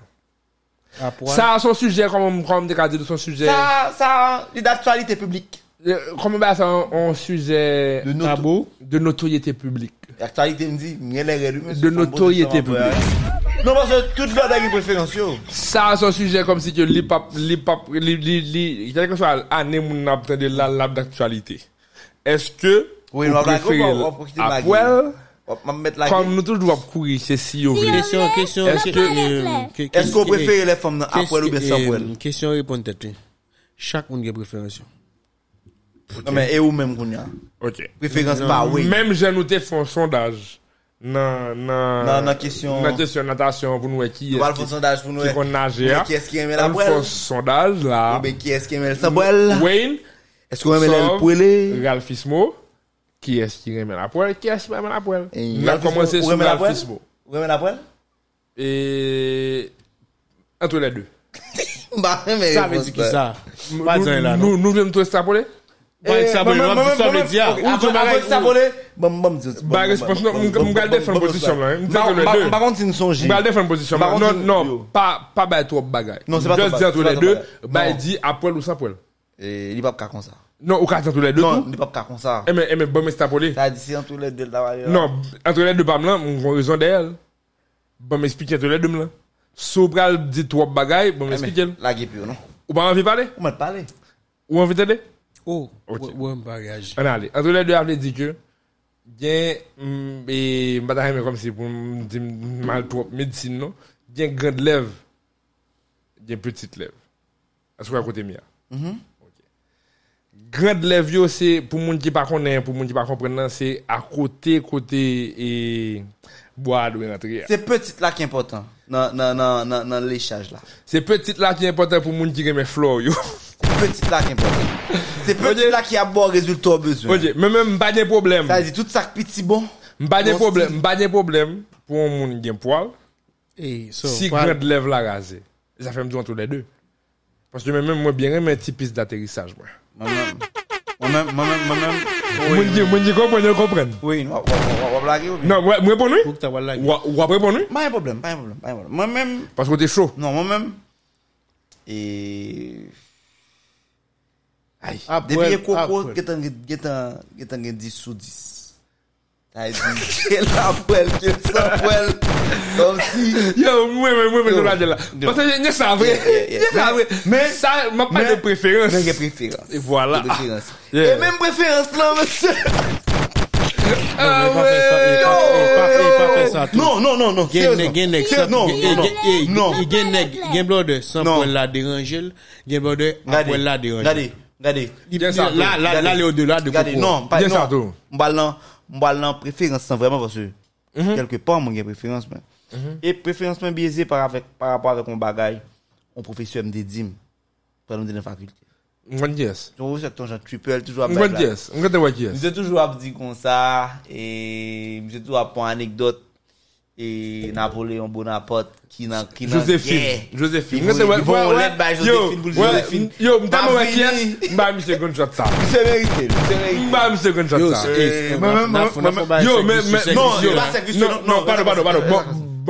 Approche.
sa son sujet kwa moun kwa moun de ka di son sujet Euh,
Sa, sa, li d'aktualite publik.
kwa moun ba sa an sujet
De noto-
tabou de notoyete publik
Aktualite mdi, mwen lè rè lume.
De notoriété
Non, parce que tout blot a gen preferans yo.
Sa son sujet kom si ke li pap, li pap, li, li, li, kelke so al ane moun ap tende la lab d'aktualite. Eske,
Oui,
ou
wap la-
prefere
wap- wap- wap- wap-
apwel,
Wap mam met la
kom
gen.
nou toujou ap kouri se si yo vle.
Kesyon, kesyon.
Est-ce
ke-
que-
euh, ke-
Est-ce
ke-
qu'on préfère les femmes nan
Qu'est-ce
apwel ou bien
que-
sans
eh,
apwel?
Question répond tête. hein. Chaque monde a une préférence.
Non men, e ou men koun ya.
Ok. Non,
Preferans pa wey.
Mem jen nou te fon sondaj nan, nan,
Nan- nan kesyon-
nan kesyon natasyon pou nou e ki
Nou pal fon
eski,
sondaj pou nou
ki kon nage ya.
Ki eski eme la
An
pwel?
fon sondaj la.
Ou ben ki eski eme sa pwel?
Wayne,
Est-ce qu'on aime
Sauf
les poêlés
Ralph Ismo, qui est-ce qui remet la poêle, qui est-ce qui remet la poêle.
Et
On a
Ralph Ismo,
commencé
ou
sur
remet la
Ralph
poêle
Ismo.
Vous aimez la poêle
Et entre les deux.
Bah, mais
Ça veut dire qui ça Pas
Nous-
dans là. non.
Nous nous voulons tout extrapoler.
Pas que ça veut
Non,
dire. Ça veut dire.
Ou tu m'as dit ça volé Bon, bon, bon.
Bah, réponse, non, on- on garde faire une position, là, hein. Nous disons les deux.
Par contre, c'est une songe.
On va aller faire une position.
Bah, on
Non
dit-
non
yo.
pas pas bah trop bagaille.
Non, c'est pas
Just
trop
dire
bagaille,
entre
c'est
les
pas
deux.
trop bagaille.
Bah
Non.
il dit à poêle ou sans poêle.
Et il va pas Eh, comme ça.
Non ou quatre entre les deux.
Non,
tout.
il va pas comme ça.
Eh mais eh mais bon mais extrapoler.
Ça dit c'est entre les deux là. Eh,
Non, entre les deux bam là, on a raison d'elle. Bon m'expliquer entre les deux là. Sobral dit trop bagaille, bon m'expliquer.
La gueule pure, non
Ou pas envie de parler
On m'a parlé.
Ou envie d'aider
Oh,
Ok.
ouais, ouais, un bagage.
An ale, an tou lè dè avle di ke, gen, mm, e, mbata reme kom si pou m di m- mal trop medisin non, gen grand lev, gen petit lev. Asou kwa kote mi ya.
Mm-hmm.
Ok. Grand lev yo se, pou moun ki pa konen, pou moun ki pa kompren nan, se a kote kote e boad ou rentre ya.
C'est petite là qui est important. Dans dans- dans- dans- dans l'échage là.
Se petit la ki important pou moun ki reme flor yo.
Petite là qui est important. C'est petite là qui a bon résultat au besoin.
Ok, men men mba gen problem.
Ça dit tout ça petit bon.
Mba gen
Mon
problem, mba gen problem pou moun gen poal.
Hey, Eh, so,
Si
pas-
grande lèvre la rasée, ça fait me dire entre les deux. Parce que même moi bien aimé un petit piste d'atterrissage moi.
Moi-même, moi-même, moi-même, moi-même.
Moi je moi je comprends, je comprends.
Oui, on va blaguer ou bien
Non, moi moi réponds
Faut que
lui.
t'as
Ah,
voilà.
Ou ou après répondre lui
Pas un problème, pas un problème, pas un problème. Moi-même,
parce que t'es chaud.
non, moi-même. Et. Aïe.
Ah,
Depuis
ouais,
que
ah,
Coco,
ouais.
qui est un qui est un- qui est un 10 sous 10. T'as dit, quelle la poêle, quelle sa poêle. Comme si.
Yo, moi moi moi
Yo.
je la là.
Yo.
Parce que c'est ça vrai.
Yeah, yeah, yeah.
C'est ça vrai. Mais
Mais-
ça m'a pas
mais-
de préférence.
Mais j'ai préférence.
Et voilà.
J'ai préférence.
Yeah.
Et même préférence là, monsieur.
Ah
Non, mais pas fait ça,
ouais.
il pas- il pas- il pas fait ça, tout.
oh, Non, non, non, non.
Gen
sérieusement.
neg, gen neg,
Sérieux-
sa-
Non,
gen-
non, non.
gen- gen-
Non.
gen neg, gen blode, san
Non.
pou el la deranjel, gen blode, an pou
Regardez,
el la deranjel.
regardez, regardez.
Il-
Bien ça,
Là, là,
regardez.
là, il est au-delà de
Regardez,
Coco.
non, pas
Bien
non.
ça, tout.
M'bal nan- Mwa lan préférence sans vraiment parce que quelque part, moi, j'ai préférence. mais. Et préférence mwen biaisée par, avec, par rapport avec mon bagage, mon professeur me dédime pendant de la faculté.
Mwen yes.
Tu vois, c'est que ton genre, tu peux elle toujours à
Mwen yes. Mwen te wak yes.
Mwen toujours à dire comme ça, et mwen toujours à prendre anecdote, et Napoléon Bonaparte, qui n'a qui
Bah,
n'a
Josephine. Josephine.
Josephine.
Mwen te
Josephine.
wak
Josephine. Josephine. Josephine.
Yo, mwen te wak yes. Bah, Mba mi second shot sa.
C'est vérité, c'est vérité.
Mba mi second shot
Yo,
sa.
c'est...
Mwen- mwen- mwen- mwen- Yo, men, men,
Non,
yo.
c'est pas service,
Non,
non,
non,
non,
pardon, pardon, pardon. Bon,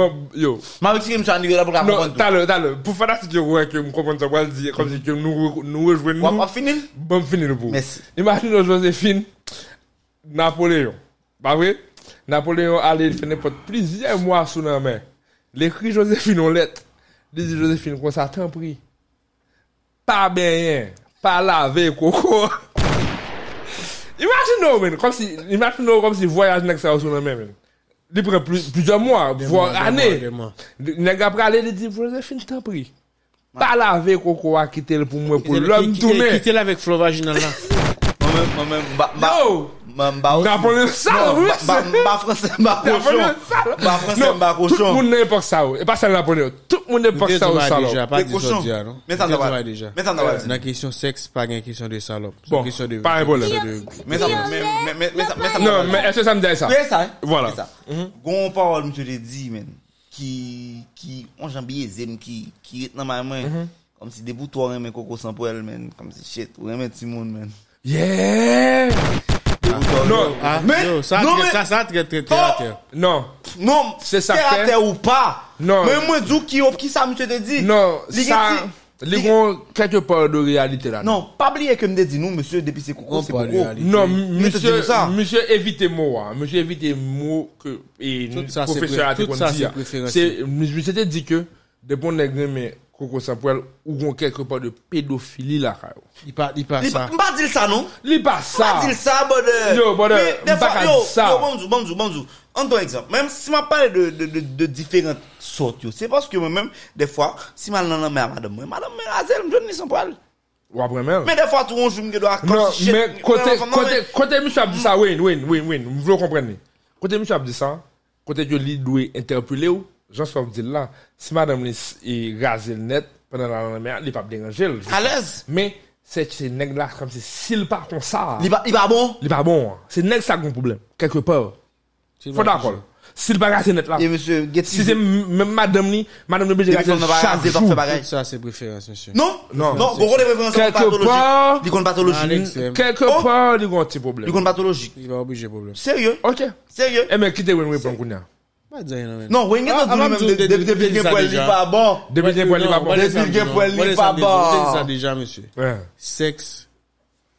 bon, yo.
Mwen wè ki mwen chan nige la pou ka
Non,
kompon tout.
talè, talè. Pou fanatik yo wè ke m kompon sa wal di, kom si ke m nou nou rejwen
Wap
nou.
wap finil?
Bon, fini le pou.
Merci.
Imagine nou Joséphine, Napoléon. Ba vre? Napoléon ale fene pot plizye mwa sou nan men. L'ekri Joséphine on let. Li di Joséphine kon sa tan pri. Pa benyen. Pa lave koko. Imagine nou men. Kom si, imagine nou kom si voyaj nek sa ou sou nan men men. Li pre plizye mwa,
mois,
vwa
des
ane.
mois, des mois.
Neg apre ale li di Joséphine tan pri. Pa lave koko a kite l pou mwen pou l'om toune.
Kite la vek flou vaginal la.
Mwen mwen, mwen mwen, mba, mba,
Yo!
mba, mba,
Mba ponen sal,
Non,
oui,
mba, mba, mba franse mba koshon.
Bah,
Mba franse mba
Non, Tout
koshon.
moun nan epok sa ou. E pa sal nan ponen. Tout moun nan epok sa ou sal ou.
Deja, pa
Des
di sot
cochons.
diya, non? Euh,
Mets ça dans la-
deja.
mets ça dans la valise.
Nan kesyon seks, pa gen kesyon de salop.
Bon, pa un problème.
Mè sa, mè, mè, mè, mè sa, mè sa.
Non, men eske sa mde sa?
Mè sa, eh?
Voilà.
Mè sa.
Mm-hmm.
Gon parol mwen te de di, men, ki, ki, on jan biye zem ki, ki ret nan ma
Mm-hmm.
mwen. Kom si debou to remen koko san pou el, men. Kom si shit, ou remen ti moun, men.
Yeah!
Debou to
Non,
remen.
Ah,
Mais-
yo, sa,
non,
tre-
mais-
sa, sa, tre, tre, tre, a
Oh!
terre.
Non.
Non,
C'est ça
terre à
fait.
terre ou pas.
Non.
Mais moi, d'où qui, op- qui ça, monsieur te dit?
Non,
Li
sa...
gen ti-
Li
li-
kon kelke par de realite la.
Non, pas oublier que me dit nous, monsieur, depuis c'est coco,
On
c'est
parle
coco.
réalité.
Non,
Mais te
monsieur,
dis ça.
monsieur évite mot, hein. monsieur évite mot que et
Tout ça, c'est
professeur
pré-
a dit
tout
qu'on
ça,
dit,
c'est
hein.
préférentiel.
C'est, monsieur s'était dit que des bons nègres mais coco sans poil ou qu'on quelque part de pédophilie là. quoi.
Di pa, di pa
Il
sa.
pas pas dire ça, non?
Li pas
Pas
ça.
dire ça, bonheur.
Yo, bonheur,
Mais, des
pas
fois,
dire
yo,
ça.
yo, bonjour, bonjour, bonjour. En ton exemple, même si m'a parlé de, de, de, de différentes sortes, yo, c'est parce que moi-même, des fois, si m'a l'en mais à madame, moi, madame, mais à elle, je ne sais pas.
Ou après même.
Mais des fois, tout le monde, je me ah, dois, comme
Non,
si shit,
men, kote,
non, non,
kote,
mais-
kote mi chap di sa, win, win, win, win, m vlo komprenne. Kote mi chap di sa, kote yo li dwe interpele ou, jan sop di la, si madame li s- e raze l net, penan la nan mer, li pap deranje l.
À l'aise.
Men, se che neg la, kom se sil pa kon sa,
Il va, il va bon.
li pa bon, hein. se neg sa kon problem, kelke peur. Fon dakol, sil pa raze net la.
Et monsieur, Getty.
Si se men madame li, madame li beje raze
depuis qu'on
l
n'a pas
chak
rasé, pas fait
jou.
Tout
pareil.
sa, se preferans, monsye.
Non?
Non.
Non, gros, les références
Quelque part-
pathologiques. Ils comptent pathologiques.
Alex.
Kelke
Oh.
pa, li kon ti problem.
Ils comptent pathologiques.
Di pa obije problem.
Sérieux?
Ok,
Sérieux?
e men kite win win pon koun ya.
Pa di nan men.
Non, wè yon gen
Ah, ah,
nan dou
Mamdou,
mèm
de- de-
depi
de-
gen
de-
pou el
de-
li
déjà.
pa bon.
Depi gen pou li pa bon.
wale- Depuis que Paul n'est pas bon.
Vous ça déjà, monsieur.
Ouais.
Sexe,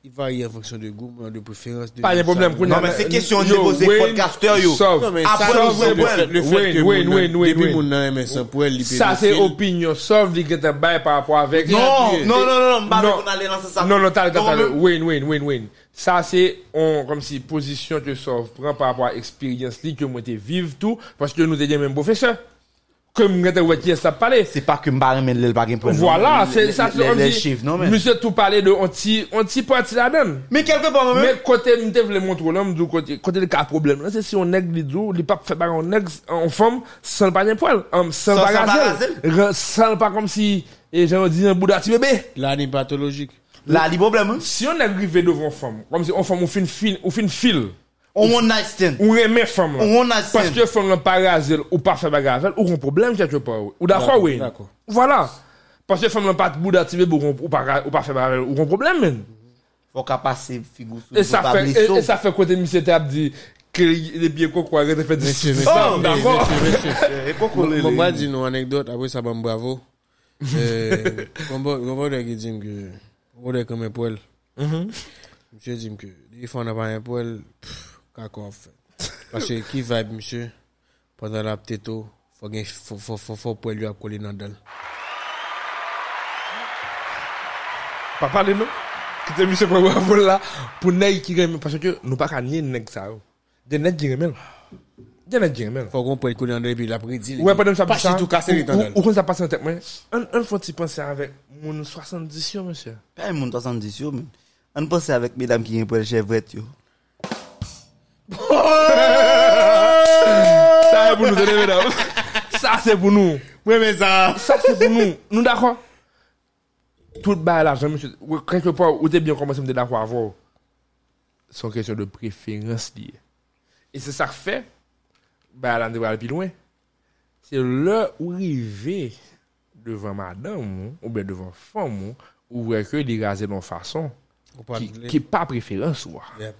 il varie en fonction de goût, de préférence. De
Pas de problème.
pour
Koun
Non,
ya,
mais c'est question de
yo,
poser
Wayne,
podcasteur, yo.
sauf.
Non, mais
Après,
ça,
nous
c'est le
jouons
fait-
bon.
le fait
Wayne,
que
Wayne,
moun nan-
Wayne, Wayne,
depuis
Wayne.
moun nan aimé sans poil, li
Ça, c'est
pédophile.
opinion. Sauf li get un bail par rapport avec.
Non,
Depuis-
non, non, non, mba mè kon alè nan se sa.
Non, non, t'as, t'as, t'as,
Non,
Wayne, Wayne, Wayne, Wayne. Ça, c'est, on, comme si, position que sauf prend par rapport à expérience li que moi t'ai vive tout, parce que nous t'ai dit même professeur. Comme nous t'ai ouais, qui est ça parler.
Se pa ke mba remè lèl bagen pou el.
Voilà, c'est, ça, c'est,
lèl.
on
Lèl
dit,
chif, non men.
monsieur tout parler de, on t'y, on t'y parti la donne.
Mè kelke pa mè mè.
Men kote mwen te vle montre lom, dou kote, kote li ka problem lan, se si yon neg li dou, li pa fe bagan yon neg, an fom, san pa gen poel, an, san
Sans-
pa
sans pa
gazel, Re- san pa kom si, e jan yon di yon bouda ti bebe.
Là, ni pathologique.
La li problem mè.
Si yon neg rive devon fom, kom si yon fom ou fin fil, ou fin fil,
On one night stand.
ou reme fom lan,
Ou on a sen.
paske fom lan pa gazel, ou pa fe bagan avel, ou yon problem kèkè pa ou, ou da
D'accord,
fwa ou yon.
d'accord.
Voilà, paske fom lan pa bouda ti bebe, ou, gon- ou, pa, ga- ou pa fe bagan avel, ou yon problem men.
Fò ka pase figou sou.
E sa fe, e- e sa fe kote misye te ap di, ke li biye koko a rete fe di
Monsieur, monsieur,
Oh,
monsieur,
d'akor.
monsieur, monsieur.
E koko lèl.
Mwen mwen di nou anekdot, apwe sa ban bravo. Euh, Mwen mwen de ki di m ke, mwen de kon men poel. Mm-hmm. Mwen di m ke, di fwa nan pa men poel, kakon fè. Pase ki vibe msye, pandan la oh, pteto, fwa gen fwa- fwa fwa- fwa poel yo ap kole nan dal.
Pa pale nou? Kite misye pou wavol la, pou ney ki remen, parce que nou pa ka nye nek sa yo. De nek ki remen. De nek ki remen.
Fwa kon poel kole nan dal, pi la predi.
Ouè, pa dem sa
Pache tou kase li nan dal.
hein. Ou kon sa pase nan tek mwen? An, an fon ti panse avèk moun 70 yo, monsye.
Pè yon moun 70 yo mè. An pense avèk mèdam ki yon pou el chevret yo.
Ça, c'est pour nous, tenez, mesdames. Ça, c'est pour nous.
Oui, mais ça.
Ça, c'est pour nous. Nous d'accord Tout bas l'argent, monsieur. Ou- Quelque part, ou t'es bien commencé, m'étais d'accord avant. C'est une question de préférence liée. Et c'est ça que fait. Bah, là, on devrait aller plus loin. C'est là où arriver devant madame, ou bien devant femme, ou bien que les raser d'une façon
On parle
qui
de-
n'est pas préférence. Ou.
Yeah.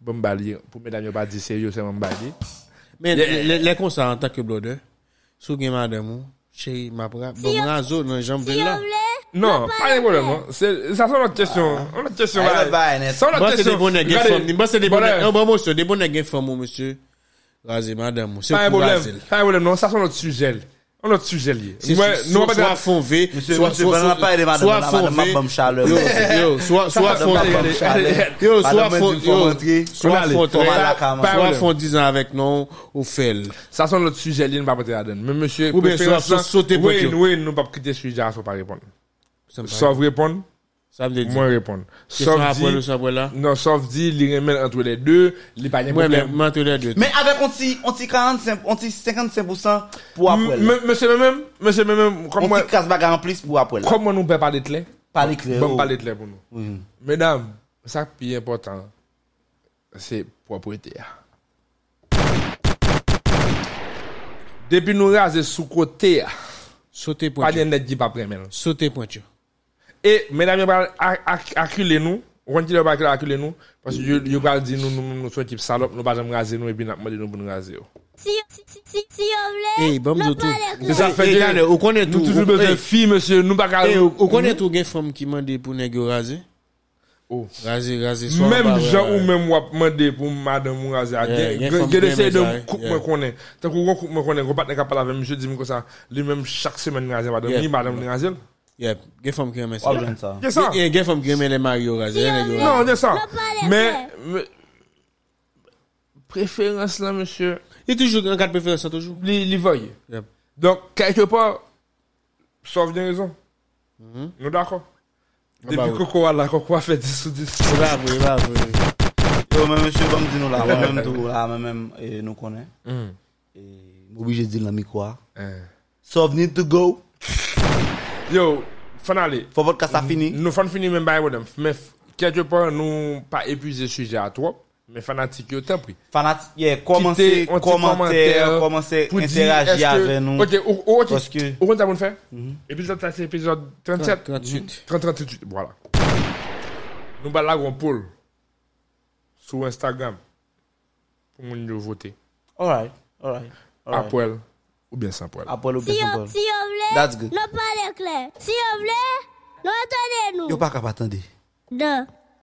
Bon, bah, li- pour mesdames, yo pas dit sérieux, c'est bon, bah, li.
Men, lè lè kon sa an tak ke blode, sou gen madem ou, chèri, oh, ma pra, bon mwen a zo nan jamb de
Si
la.
yo vle,
Non, pas de problème. hein. C'est- Ça, c'est notre question. Notre question.
Ah,
là.
bah, net.
C'est notre
Mwen se de
question.
bonè gen
Regardez,
fòm, ni, mwen se de bonè,
bonheur.
an bon monsyo, de bonè gen fòm ou monsyo, raze madem ou, se
Pas de
pou raze
problème.
l.
Pas de problème. Non, ça, c'est notre sujet. là. On a Notre sujet lié.
Si
Ouais,
si-
non,
soit-
pas de-
soit fon ve,
Monsieur-
soit
monsieur,
soit-
madame, pas aider madame,
soit
madame,
fon
madame,
ve,
madame Charles.
yo, yo, soit- soit
madame,
fon
madame,
ve,
Charles.
yo, soit
Madame,
fon,
madame, faut
yo,
rentrer.
On
soit
allait.
fon
Faut mal à
tre,
la cam,
Pas de
soit
problème.
fon dizan avèk non, ou fel.
Ça, c'est notre sujet lié. On va pas dire la donne. Mais monsieur,
Ou bien,
préférence,
soit-
là,
soit sauter
Oui,
poteau.
nous, oui, nous, pas quitter le sujet, faut pas répondre.
Ça me
Sauf répondre,
Ça me dit.
moins répondre.
Question
Sauf
après le
dit,
sabre là.
non, sauf dit, les remèdes entre les deux, les pas de
Mwen men,
problème.
mwen te lè dwe.
Mais avec on ti, on ti 45, on ti 55% pour après. là.
M- Monsieur, même, monsieur, même, comme
On
moi,
ti casse bagarre en plus pour après. là.
comment nous peut parler de l'air?
Pas l'éclair.
Bon,
oh.
parler de l'air pour nous.
Mm.
Mhm.
Mesdames, ça qui est important, c'est propriété. hein. Depuis nous raser sous côté, hein.
Sote
pas de
pointyo.
net qui pas prêt,
Sote pointyo.
Et mesdames, acculez nous. On dit pas acculez nous. Parce que vous parlez dire nous, nous, nous sommes type salope, nous pas jamais raser nous et puis nous demandons nous pour nous raser.
si yo- si- si- si- si yo vle,
Hey, bam
lop
zo tou.
pale
C'est
kle.
ça fait
Eh, gade, ou konen
nous
tou,
toujours
ou-
besoin de
eh.
filles, monsieur. Nous pas
E, ou konen tou gen fòm ki mande pou neg yo raze?
Oh.
Raze, raze. so an
Mèm
ba,
jan
ouais,
ou mèm wap mande pou madame mou raze a
Yeah,
gen,
gen
gen
femme
gen
gen
eseye de
men sa,
koup
yeah.
mwen konen. Tan kou kon koup mwen konen, kon pat ne ka pala ve msye di mwen kon sa, li mèm chak semen raze madame,
Yeah.
ni madame ni raze l.
yeah. Gen fòm ki
Pas
mande sa.
besoin Oh, de ça.
Gen sa?
Eh, Gen fòm ki mande le mari yo raze. le neg yo raze.
Non, gen sa.
Non, pas les
Mè,
frères.
mè, preferans la msye,
E toujou gen kat preferans sa toujou.
li, li voye.
Yep.
Donk, kelke pa, sov den rezon. Nou dako.
Mm-hmm. Ah bah
Depi
oui.
koko wala, koko wala fe 10 ou 10.
E ba vwe, e ba vwe.
Yo, men mèche, Oh, bon di nou la, mè mèm tou la, mè mèm eh, nou konen. E, mou obligé di nan mi kwa.
Eh.
Sov need hein. to go.
Yo, fana li.
Fò pot kasa fini.
Nous faisons finir même bail madame. Mais f- quelque part, nous pas épuisé le sujet à toi. Mais fanatique, yo, t'en prie.
Fanat, ye,
Quitter,
komanse,
on dit
komantè,
commentaire
komanse,
pour dire, est-ce
interagi
que-
avè nou.
Ok, ou, ou, ok.
Parce que- Mhm.
Ou, on t'a bon fait? Épisode, ça, c'est épisode 37.
38.
30, 38, voilà. Nous balayons un poll sur Instagram pour nous voter.
Alright, alright,
À
alright.
poil ou bien sans poil.
Apò lou
Si
besan
yo-
bol.
si yo vle,
That's good.
lop pale kle. Si yo vle, nou atende nou.
Yo pa kap atende.
Dan.